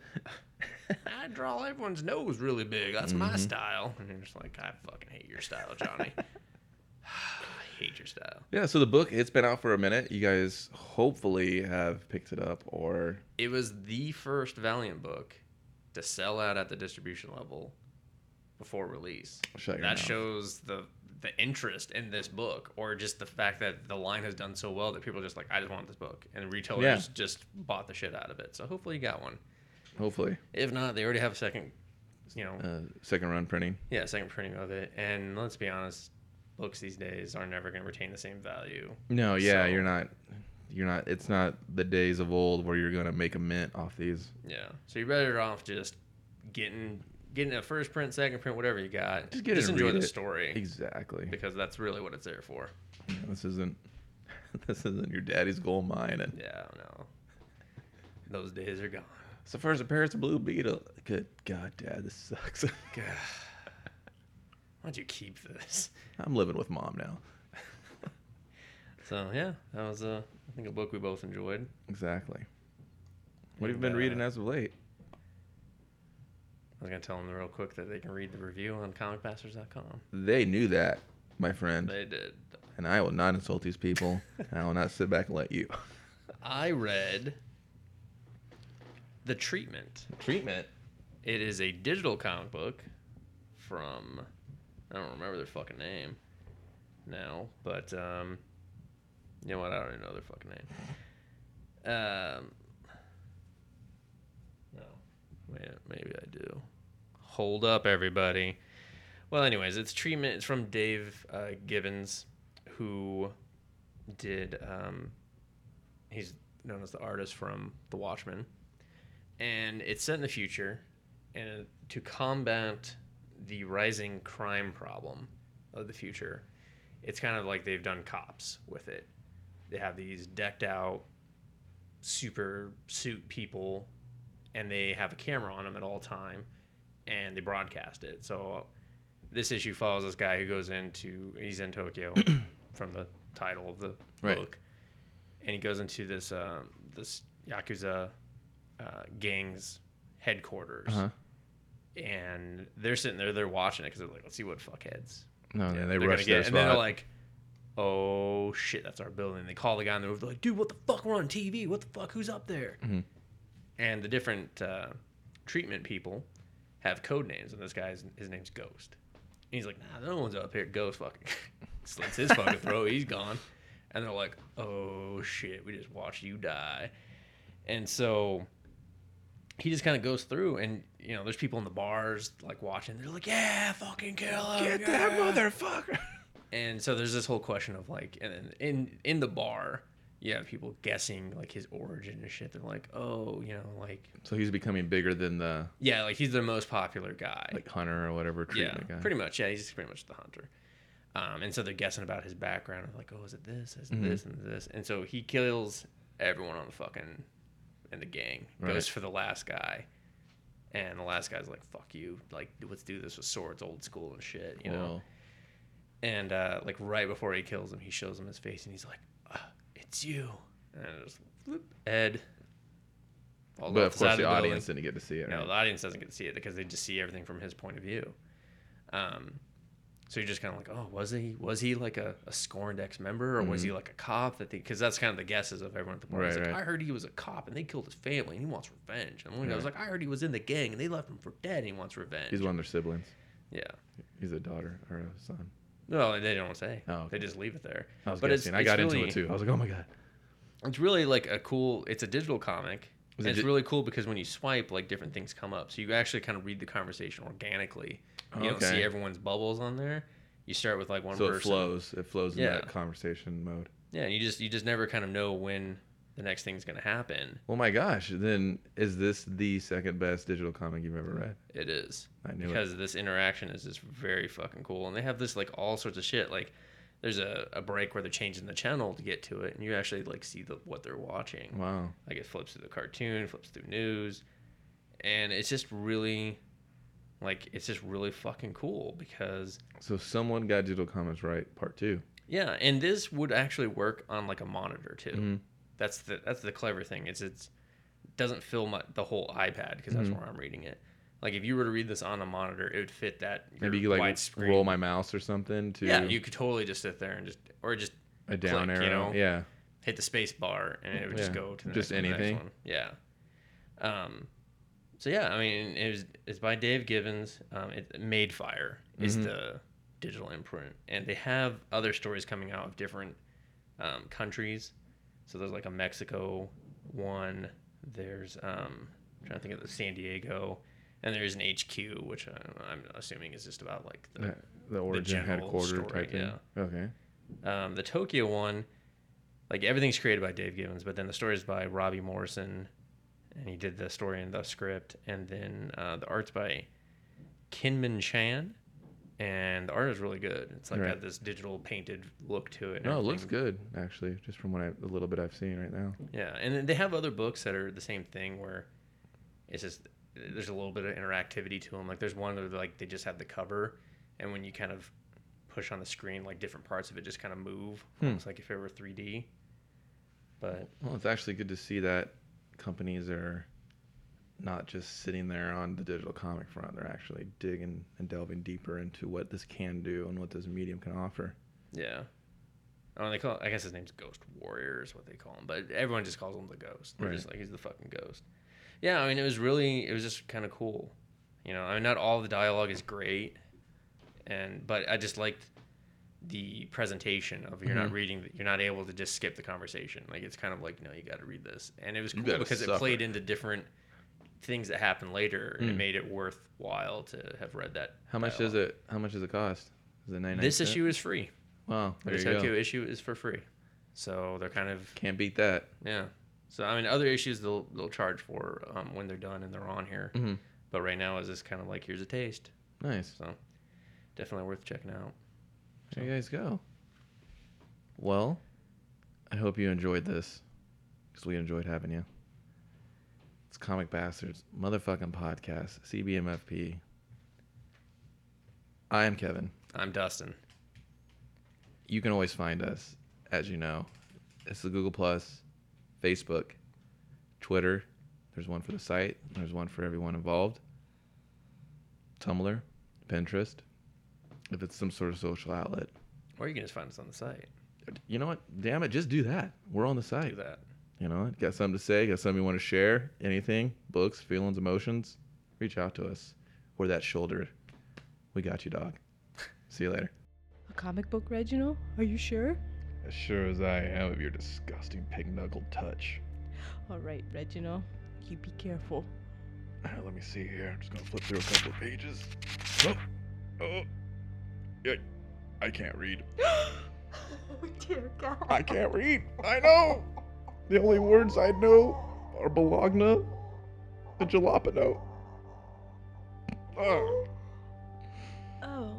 C: I draw everyone's nose really big. That's my style. And you're just like, I fucking hate your style, Johnny. I hate your style.
B: Yeah. So the book, it's been out for a minute. You guys hopefully have picked it up, or
C: It was the first Valiant book to sell out at the distribution level before release.
B: shut your
C: that
B: mouth.
C: shows the the interest in this book, or just the fact that the line has done so well that people are just like, I just want this book, and retailers
B: Yeah.
C: just bought the shit out of it. So hopefully you got one.
B: hopefully
C: If not, they already have a second, you know,
B: uh, second run printing.
C: Yeah, second printing of it. And let's be honest, books these days are never going to retain the same value.
B: No, yeah,
C: So-
B: you're not. You're not. It's not the days of old where you're gonna make a mint off these.
C: Yeah. So you're better off just getting getting a first print, second print, whatever you got.
B: Just get it and
C: enjoy
B: read
C: the
B: it.
C: story
B: Exactly.
C: because that's really what it's there for.
B: This isn't. This isn't your daddy's gold mine. And
C: Yeah, no. Those days are gone.
B: it's the first appearance of Blue Beetle. Good God, Dad, this sucks.
C: God. Why don't you keep this?
B: I'm living with mom now.
C: So yeah, that was uh, I think a book we both enjoyed.
B: Exactly. What have you
C: And,
B: been
C: uh,
B: reading as of late?
C: I was gonna tell them real quick that they can read the review on comicbastards.com.
B: They knew that, my friend.
C: They did.
B: and I will not insult these people. and I will not sit back and let you.
C: I read The Treatment.
B: Treatment.
C: It is a digital comic book from I don't remember their fucking name now, but um you know what? I don't even know their fucking name. Um No. Wait, maybe I do. Hold up everybody. Well, anyways, it's treatment it's from Dave uh, Gibbons who did um he's known as the artist from The Watchmen and it's set in the future, and to combat the rising crime problem of the future, it's kind of like they've done cops with it. They have these decked out super suit people, and they have a camera on them at all time, and they broadcast it. So this issue follows this guy who goes into he's in Tokyo from the title of the
B: Right.
C: book, and he goes into this um, this yakuza uh, gang's headquarters,
B: Uh-huh.
C: and they're sitting there, they're watching it because they're like, let's see what fuckheads
B: No, no, they
C: they're
B: rushed
C: get,
B: their
C: and then they're
B: spot.
C: like, "Oh shit, that's our building." They call the guy on the roof. They're like, "Dude, what the fuck? We're on TV. What the fuck? Who's up there?"
B: Mhm.
C: And the different uh, treatment people have code names, and this guy's his name's Ghost. And he's like, "Nah, no one's up here. Ghost fucking slits his fucking throat. He's gone." And they're like, "Oh shit, we just watched you die." And so he just kind of goes through, and you know, there's people in the bars like watching. They're like, "Yeah, fucking kill him.
B: Get
C: yeah."
B: that motherfucker.
C: And so there's this whole question of like, and then in in the bar, you have people guessing like his origin and shit. They're like, oh, you know, like
B: So he's becoming bigger than the
C: yeah, like he's the most popular guy.
B: like hunter or whatever
C: yeah,
B: treatment guy.
C: pretty much. Yeah, he's pretty much the hunter. Um, and so they're guessing about his background. Like, oh, is it this? Is it
B: Mm-hmm.
C: this? And this? And so he kills everyone on the fucking in the gang.
B: Right.
C: Goes for the last guy, and the last guy's like, fuck you. Like, let's do this with swords, old school and shit. You know.
B: Well,
C: And uh, like right before he kills him, he shows him his face, and he's like, uh, "It's you." And it just whoop, Ed. falls
B: but
C: off
B: of
C: side
B: course the,
C: building.
B: audience didn't get to see it.
C: No,
B: Right?
C: the audience doesn't get to see it because they just see everything from his point of view. Um, so you're just kind of like, oh, was he was he like a, a scorned ex member or was he like a cop that they because that's kind of the guesses of everyone at the party. It's
B: Mm-hmm. Right,
C: like,
B: right.
C: I heard he was a cop and they killed his family and he wants revenge. And one guy was
B: Right.
C: like, I heard he was in the gang and they left him for dead and he wants revenge.
B: he's one of their siblings.
C: yeah.
B: He's a daughter or a son.
C: No, they don't say.
B: Oh, okay.
C: They just leave it there.
B: I was guessing. I got
C: really,
B: into it too. I was like, oh my god.
C: It's really like a cool. It's a digital comic.
B: Is
C: and
B: it
C: it's
B: di-
C: really cool because when you swipe, like different things come up. So you actually kind of read the conversation organically. You don't
B: Okay.
C: see everyone's bubbles on there. You start with like one
B: So
C: person.
B: it flows. It flows in
C: Yeah.
B: that conversation mode.
C: Yeah, and you just you just never kind of know when the next thing's gonna happen.
B: Well, my gosh. Then is this the second best digital comic you've ever read?
C: It is.
B: I knew it.
C: because this interaction is just very fucking cool, and they have this like all sorts of shit. Like, there's a, a break where they're changing the channel to get to it, and you actually like see the, what they're watching.
B: Wow.
C: like it flips through the cartoon flips through news and it's just really like it's just really fucking cool because
B: So someone got digital comics right, part two.
C: yeah and this would actually work on like a monitor too
B: Mhm.
C: that's the that's the clever thing is it's doesn't fill my, the whole ipad because that's
B: Mhm.
C: where i'm reading it like if you were to read this on a monitor it would fit that your
B: Maybe you could, like
C: wide screen.
B: roll my mouse or something to
C: yeah you could totally just sit there and just or just
B: a down
C: click,
B: arrow.
C: you know?
B: Yeah.
C: hit the space bar and it would just
B: Yeah,
C: go to the
B: just
C: next one, the next
B: anything.
C: one. Yeah. Um, so yeah, I mean, it was it's by Dave Gibbons. Um, it Made Fire is
B: Mhm.
C: the digital imprint, and they have other stories coming out of different um, countries. So there's like a Mexico one. There's um, I'm trying to think of the San Diego, and there's an HQ, which I, I'm assuming is just about like the
B: That- The origin
C: general
B: headquarters
C: story,
B: type thing.
C: yeah.
B: Okay.
C: um, the Tokyo one, like everything's created by Dave Gibbons, but then the story is by Robbie Morrison, and he did the story and the script, and then uh, the art's by Kinman Chan, and the art is really good. It's like
B: Right.
C: got this digital painted look to it. and
B: No, it looks
C: everything.
B: good actually, just from what I, a little bit I've seen right now.
C: Yeah, and then they have other books that are the same thing where it's just there's a little bit of interactivity to them. Like there's one where like they just have the cover, and when you kind of push on the screen, like different parts of it just kind of move,
B: Hmm.
C: almost like if it were 3D. But
B: Well, it's actually good to see that companies are not just sitting there on the digital comic front. They're actually digging and delving deeper into what this can do and what this medium can offer.
C: yeah, oh, they call I guess his name's Ghost Warrior is what they call him, but everyone just calls him the Ghost. They're
B: Right.
C: just like he's the fucking Ghost. Yeah, I mean it was really it was just kind of cool, you know. I mean not all the dialogue is great, and but I just liked the presentation of you're not
B: Mhm.
C: reading you're not able to just skip the conversation like it's kind of like no you got to read this and it was
B: You
C: cool
B: gotta
C: because it
B: suffer.
C: played into different things that happened later and it
B: Mm.
C: made it worthwhile to have read that
B: How much does
C: dialogue.
B: it? How much does it cost? Is it ninety?
C: this issue is free
B: Wow, there
C: the
B: you go.
C: Tokyo issue is for free. So they're kind of
B: Can't beat that.
C: yeah. So I mean, other issues they'll they'll charge for um, when they're done and they're on here.
B: Mhm.
C: But right now is just kind of like here's a taste.
B: Nice.
C: So definitely worth checking out.
B: There you guys go. Well, I hope you enjoyed this because we enjoyed having you. It's Comic Bastards, motherfucking podcast, CBMFP. I am Kevin.
C: I'm Dustin.
B: You can always find us, as you know. It's the Google Plus, Facebook, Twitter. There's one for the site. There's one for everyone involved. Tumblr, Pinterest. If it's some sort of social outlet.
C: Or you can just find us on the site.
B: you know what? Damn it, just do that. We're on the
C: Do
B: site.
C: that.
B: You know, got something to say, got something you want to share, anything, books, feelings, emotions, reach out to us. We're that shoulder. We got you, dog. See you later.
D: A comic book, Reginald? Are you sure?
B: As sure as I am of your disgusting pig knuckled touch.
D: All right, Reginald. You be careful.
B: let me see here. I'm just gonna flip through a couple of pages. Oh, oh, yeah, I can't read.
D: Oh, dear God.
B: I can't read. I know. The only words I know are Bologna and Jalapeno. Oh,
D: Oh,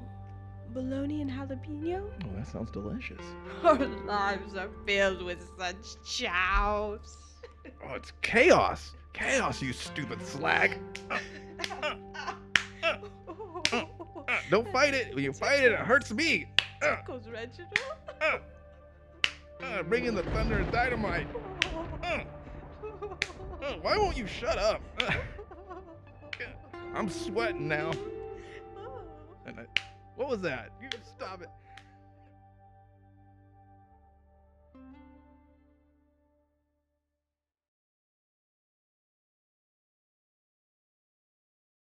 D: bologna and jalapeno?
B: that sounds delicious.
D: Our lives are filled with such chows.
B: Oh, it's chaos. Chaos, you stupid slag. Uh, Don't fight it. When you fight it, it hurts me. Uh,
D: Tickles, Reginald.
B: uh, uh, bring in the thunder and dynamite. Uh, uh, why won't you shut up? Uh, Mm. I'm sweating now. And I, what was that? You stop it.